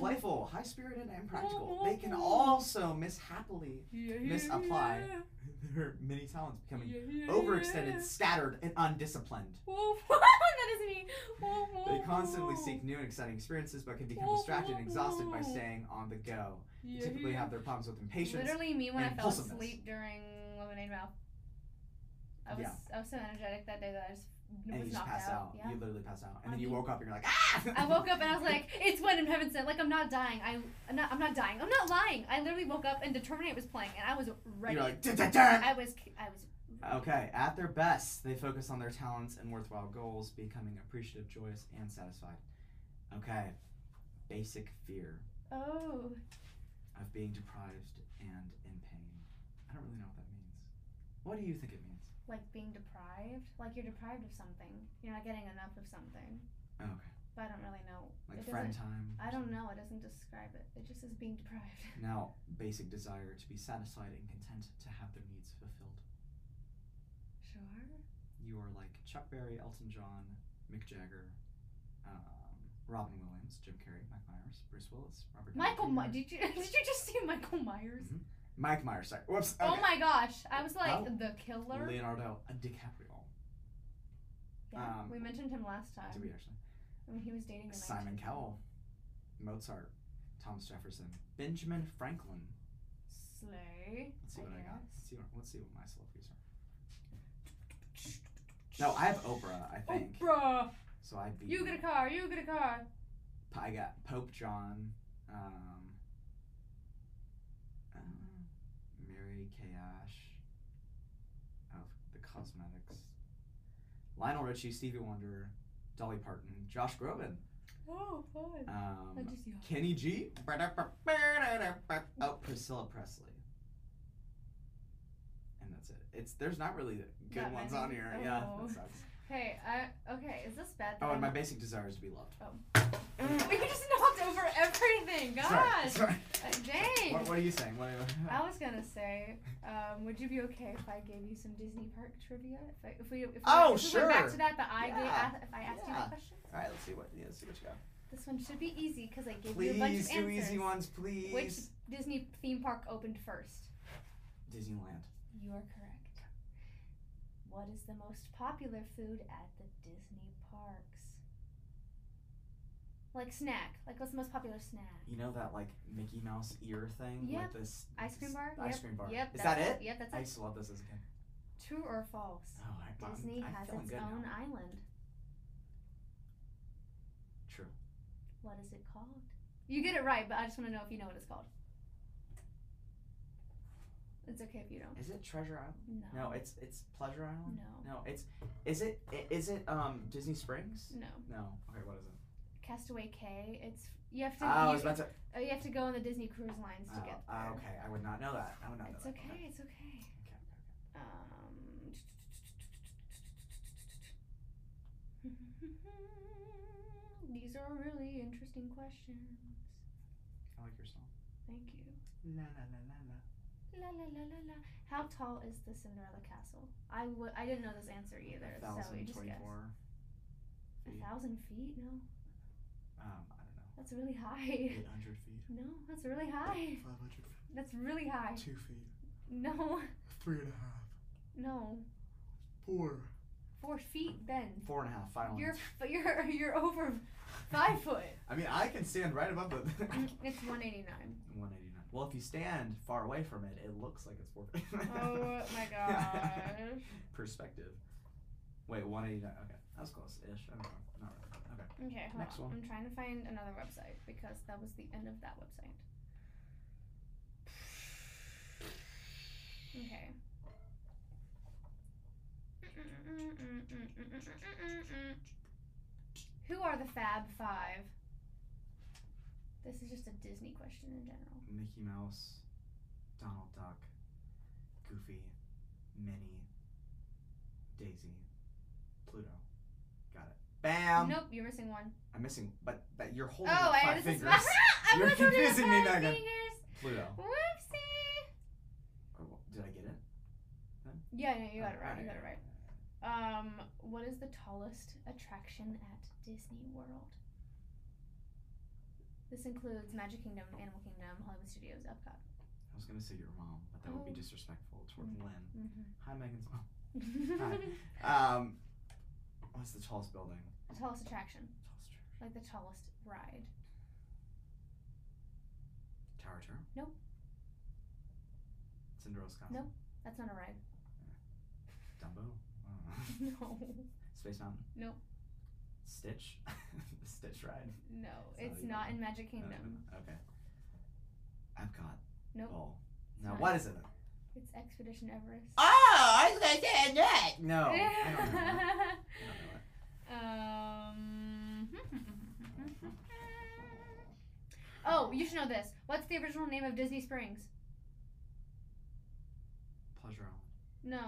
Playful, high spirited, and practical. They (laughs) can also miss happily misapply. their many talents, becoming overextended, scattered, and undisciplined. Woof. (laughs) that is me. Woof, They woof, constantly (laughs) woof. seek new and exciting experiences, but can become distracted and exhausted (laughs) by staying on the go. They typically have their problems with impatience. Literally me when I and fell impulsiveness. asleep during Lemonade Mouth. I was Yeah. I was so energetic that day that I just And was you just knocked pass out. out. Yeah. You literally pass out, and I then you mean- woke up. (laughs) and You're like, ah! I woke up and I was like, "It's when in heaven sent." Like I'm not dying. I, I'm not. I'm not dying. I'm not lying. I literally woke up and Determinate was playing, and I was ready. (laughs) You're like, "Dun, dun, dun." I was. I was. Okay, at their best, they focus on their talents and worthwhile goals, becoming appreciative, joyous, and satisfied. Okay, basic fear Oh, of being deprived and in pain. I don't really know what that means. What do you think it means? like being deprived. Like you're deprived of something. You're not getting enough of something. Oh, okay. But I don't really know. like it friend doesn't. time. I don't know. It doesn't describe it. It just is being deprived. (laughs) Now, basic desire to be satisfied and content to have their needs fulfilled. Sure. You are like Chuck Berry, Elton John, Mick Jagger, um, Robin Williams, Jim Carrey, Mike Myers, Bruce Willis, Robert. Downey Michael, My- Jr. did you (laughs) did you just see Michael Myers? Mhm. Mike Myers. Sorry. Whoops. Oh okay. my gosh! I was like Oh. the killer. Leonardo DiCaprio. Yeah, Um, we mentioned him last time. Did we actually? when he was dating a Simon Cowell, Mozart, Thomas Jefferson, Benjamin Franklin. Slay. Let's see I what I, got. guess. Let's see, what- let's see what my celebrities are. No, I have Oprah, I think. Oprah, So I beat. you get a car. You get a car. I got Pope John, um, uh, Uh-huh. Mary Kay Ash of the Cosmetics, Lionel Richie, Stevie Wonder, Dolly Parton, Josh Groban, Oh, fun. um, just yawned. Kenny G, oh Priscilla Presley, and that's it. It's there's not really good Not ones many. on here. Yeah, Oh. that sucks. Hey, I, okay, is this bad? that Oh, and my (laughs) I'm- basic desire is to be loved. Oh. (laughs) you just knocked over everything. Sorry, Gosh, sorry. Uh, dang. What, what are you saying? What, I was gonna say, um, would you be okay if I gave you some Disney park trivia? If, I, if we, if we, Oh, if we went back sure. to that, but I gave, Yeah. ask- if I asked you Yeah. that question, All right, let's see what yeah, let's see what you got. this one should be easy because I gave you a bunch Please do of answers. easy ones, please. Which Disney theme park opened first? Disneyland. You are correct. What is the most popular food at the Disney parks? Like snack. Like what's the most popular snack? You know that like Mickey Mouse ear thing Yep. with this Ice cream bar? Ice Yep. cream bar. Yep. Is that's that it? Yep, that's I it. used to love this as a kid. True or false? Oh, I, I'm- Disney I'm has feeling its good now. own island. True. What is it called? You get it right, but I just want to know if you know what it's called. It's okay if you don't. Is it Treasure Island? No. No, it's it's Pleasure Island. No. No, it's is it i- is it um Disney Springs? No. No. Okay, what is it? Castaway K. It's you have to. Oh, I you, was about to. uh, you have to go on the Disney cruise lines to Oh, get oh, there. okay, I would not know that. I would not know It's that. okay. It's okay. okay, okay. Um. (laughs) These are really interesting questions. I like your song. Thank you. La la la la la. La la la la la. How tall is the Cinderella castle? I w- I didn't know this answer either, so we just guessed. 1,024 feet. A thousand feet? No, Um, I don't (laughs) know. that's really high. (laughs) 800 feet. No, that's really high. 500 feet. That's really high. 2 feet. No, 3 and a half. no, 4. four feet. Ben, Four and a half, final you're answer. f- you're (laughs) you're over (laughs) five foot. (laughs) I mean, I can stand right above the. (laughs) It's one eighty nine. 189. Well, if you stand far away from it, it looks like it's 4 Oh (laughs) my gosh. Perspective. Wait, 189. Okay, that was close ish. I don't know. Not really. Okay. Okay, hold Next on. one. I'm trying to find another website because that was the end of that website. Okay. (laughs) Who are the Fab Five? This is just a Disney question in general. Mickey Mouse, Donald Duck, Goofy, Minnie, Daisy, Pluto. Got it. Bam! nope, you're missing one. I'm missing, but that you're Oh, holding up I five this is fingers. (laughs) my. I'm You're not holding up confusing me, five Megan. fingers. Pluto. Whoopsie. Or wh- Did I get it? Yeah, no, you got it Oh, right. You got alright, it right. Um, what is the tallest attraction at Disney World? This includes Magic Kingdom, Animal Kingdom, Hollywood Studios, Epcot. I was gonna say your mom, but that would be Oh. disrespectful toward Mm. Lynn. Hi, Megan's (laughs) mom. Mm-hmm. Um, what's the tallest building? the tallest attraction, Tallest church. like the tallest ride. Tower Terror? Nope. Cinderella's Castle? Nope. That's not a ride. (laughs) Dumbo? (laughs) I don't know. (laughs) No, Space Mountain? Nope. Stitch? (laughs) the Stitch ride? no, it's It's not not even- in Magic No, Kingdom. Okay. Epcot? Nope. Oh. It's Now, not. what is it? It's Expedition Everest. Oh, I was gonna say that! Eh, No. I don't know. (laughs) it. I don't know it. Um. (laughs) oh, you should know this. What's the original name of Disney Springs? Pleasure Island. No.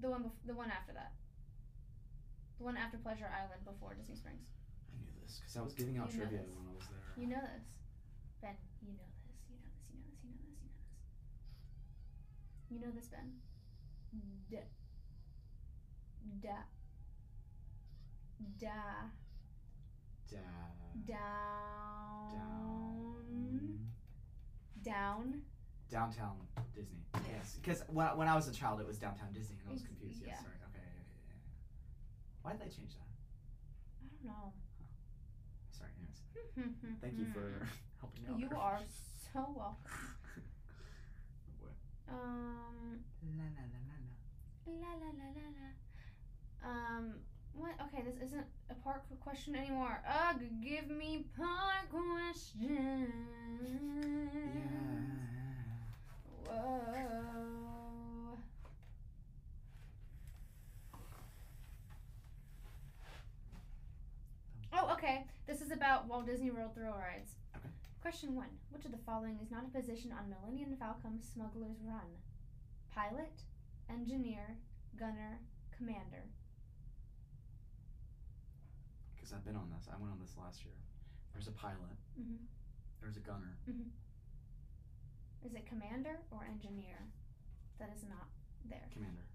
The one, bef- the one after that. The one after Pleasure Island before Disney Springs. I knew this because I was giving out You know trivia this. when I was there. You know this, Ben. You know this. You know this. You know this. You know this. You know this. You know this, Ben. Da. Da. Da. Da- Down. down. Down. Downtown Disney. Yes, because when, when I was a child, it was Downtown Disney, and I was Ex- confused. Yes, yeah. sorry. Okay. yeah, did they change that? I don't know. (laughs) Sorry, anyways. Thank you for (laughs) helping out. Mm. You are so welcome. (laughs) What? Um. La, la, la, la, la. La la la la la. Um, what? Okay, this isn't a park question anymore. Ugh, give me park questions. Yeah. Whoa. Oh, okay. This is about Walt Disney World thrill rides. Okay. Question one Which of the following is not a position on Millennium Falcon's Smuggler's Run? Pilot, engineer, gunner, commander. Because I've been on this. I went on this last year. There's a pilot. Mhm. There's a gunner. Is it commander or engineer? That is not there. Commander.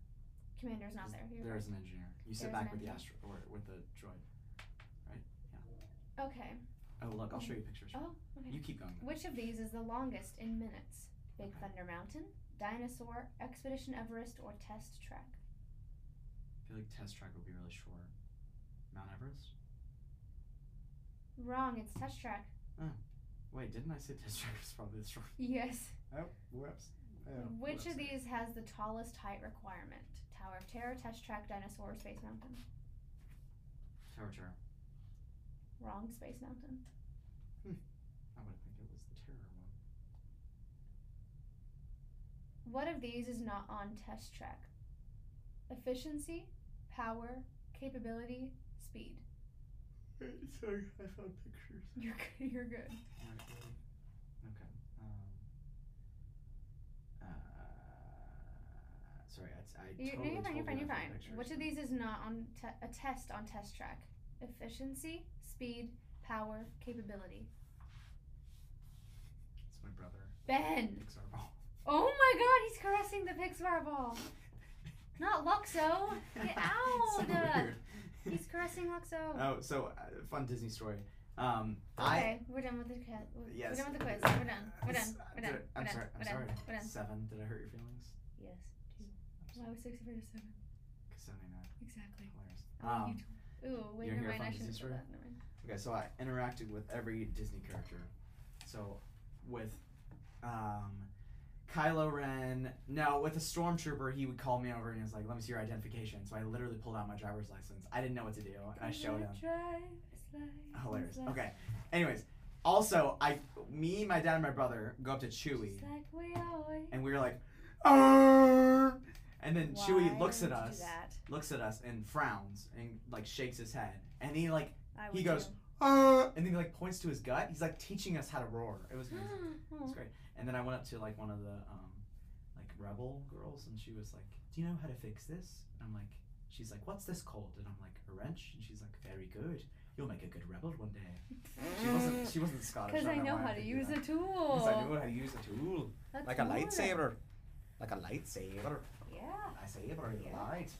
Commander's not Is- there. You're There is an engineer. You sit There's back an with the astro engineer. or with the droid. right. Okay. Oh look, I'll show you pictures. Oh, okay. You keep going. then. Which of these is the longest in minutes? Big Okay. Thunder Mountain, Dinosaur, Expedition Everest, or Test Track? I feel like test track would be really short. Mount Everest? Wrong, it's Test Track. (laughs) Wait, didn't I say test track was probably the short? Yes. (laughs) Oh, whoops. Oh, whoops. Which of these has the tallest height requirement? Tower of Terror, Test Track, Dinosaur, or Space Mountain? Tower terror. Wrong, Space Mountain. I would think it was the terror one. What of these is not on Test Track? Efficiency, power, capability, speed. (laughs) Wait, sorry, I found pictures. You're good. You're good. Okay. Um, uh, sorry, I, I You- totally, you're fine. totally You're fine. You're found fine. pictures, Which of but- these is not on te- a test on Test Track? Efficiency, speed, power, capability. It's my brother. Ben. Pixar ball. Oh my God, he's caressing the Pixar ball. (laughs) (laughs) Not Luxo. Get So out. weird. He's caressing (laughs) Luxo. Oh, so uh, fun Disney story. Um, I Okay, we're done with the quiz. yes. We're done with the quiz. We're done. We're done. S- We're done. did- I'm We're done. sorry. We're I'm done. sorry. We're done. Seven. Did I hurt your feelings? Yes. I'm Why sorry. was six afraid of seven? 'Cause Seventy-nine. Exactly. Hilarious. Oh, Um, you told- Ooh, wait, you wanna hear never a mind. fun I Disney shouldn't have story? that. Never mind. Okay, so I interacted with every Disney character. So, with um, Kylo Ren, no, with a stormtrooper, he would call me over and he was like, "Let me see your identification." So I literally pulled out my driver's license. I didn't know what to do, and I showed him. Hilarious. Okay. Anyways, also I, me, my dad, and my brother go up to Chewie, Just like we always. and we were like, "Arr!" and then Why Chewie looks would at you do us, that? looks at us, and frowns and like shakes his head, and he like I he would goes, too. "Uh," and then he like points to his gut. He's like teaching us how to roar. It was amazing. It (laughs) was Oh. great. And then I went up to like one of the um, like rebel girls, and she was like, "Do you know how to fix this?" And I'm like, "She's like, what's this called?" And I'm like, "A wrench." And she's like, "Very good. You'll make a good rebel one day." She (laughs) wasn't. She wasn't Scottish. Because I don't know why how I'm to thinking use that. a tool. Because I knew how to use a tool, That's like a more than- lightsaber, like a lightsaber. Yeah, I saber the Yeah. light.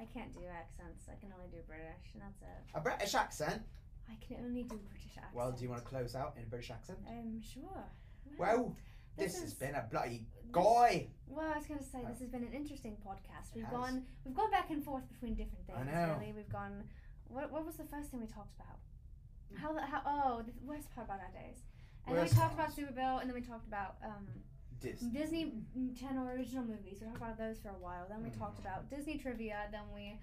I can't do accents. I can only do British, and that's it. A British accent. I can only do British accents. Well, do you want to close out in a British accent? Um, sure. Well, this this, has is- been a bloody this- guy. Well, I was gonna say Oh. this has been an interesting podcast. We've has. gone, we've gone back and forth between different things. I know. Really, we've gone. What, what was the first thing we talked about? How the how oh the worst part about our days. And then we Worst talked about parts. Super Bowl, and then we talked about um, Disney. Disney mm, Channel original movies. We talked about those for a while. Then we Mm-hmm. talked about Disney trivia. Then we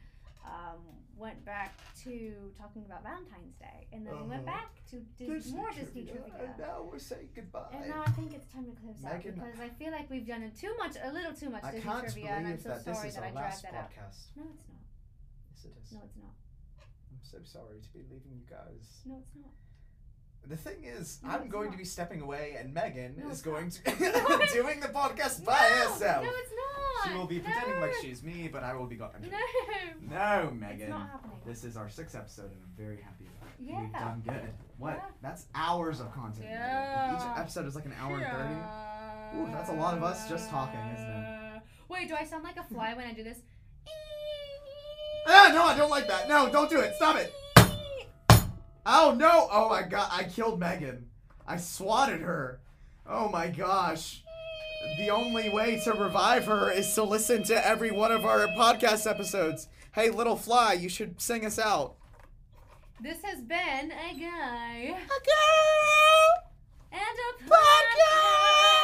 um, went back to talking about Valentine's Day, and then we went Uh-huh. back to Dis- more Disney trivia. And now we're saying goodbye. And now I think it's time to close out Megan- because I feel like we've done it too much, a little too much I Disney can't trivia, and I'm believe so that this sorry is that I our dragged last that out. podcast. No, it's not. Yes, it is. No, it's not. I'm so sorry to be leaving you guys. No, it's not. The thing is, No, I'm it's going not. to be stepping away, and Megan No, is it's going to (laughs) (laughs) What? doing the podcast by no, herself. No, it's not. she will be no. pretending like she's me, but I will be gone. I'm (laughs) No. kidding. No, Megan. It's not happening. This is our sixth episode, and I'm very happy about it. We've Yeah. done good. What? Yeah. That's hours of content. Megan. Yeah. Each episode is like an hour and 30. thirty. Ooh, that's a lot of us just talking, isn't it? Wait, do I sound like a fly when I do this? Ah, no, I don't like that. No, don't do it. Stop it. Oh no! Oh my god! I killed Megan. I swatted her. Oh my gosh. the only way to revive her is to listen to every one of our podcast episodes. Hey, little fly, you should sing us out. This has been a guy A girl and a podcast.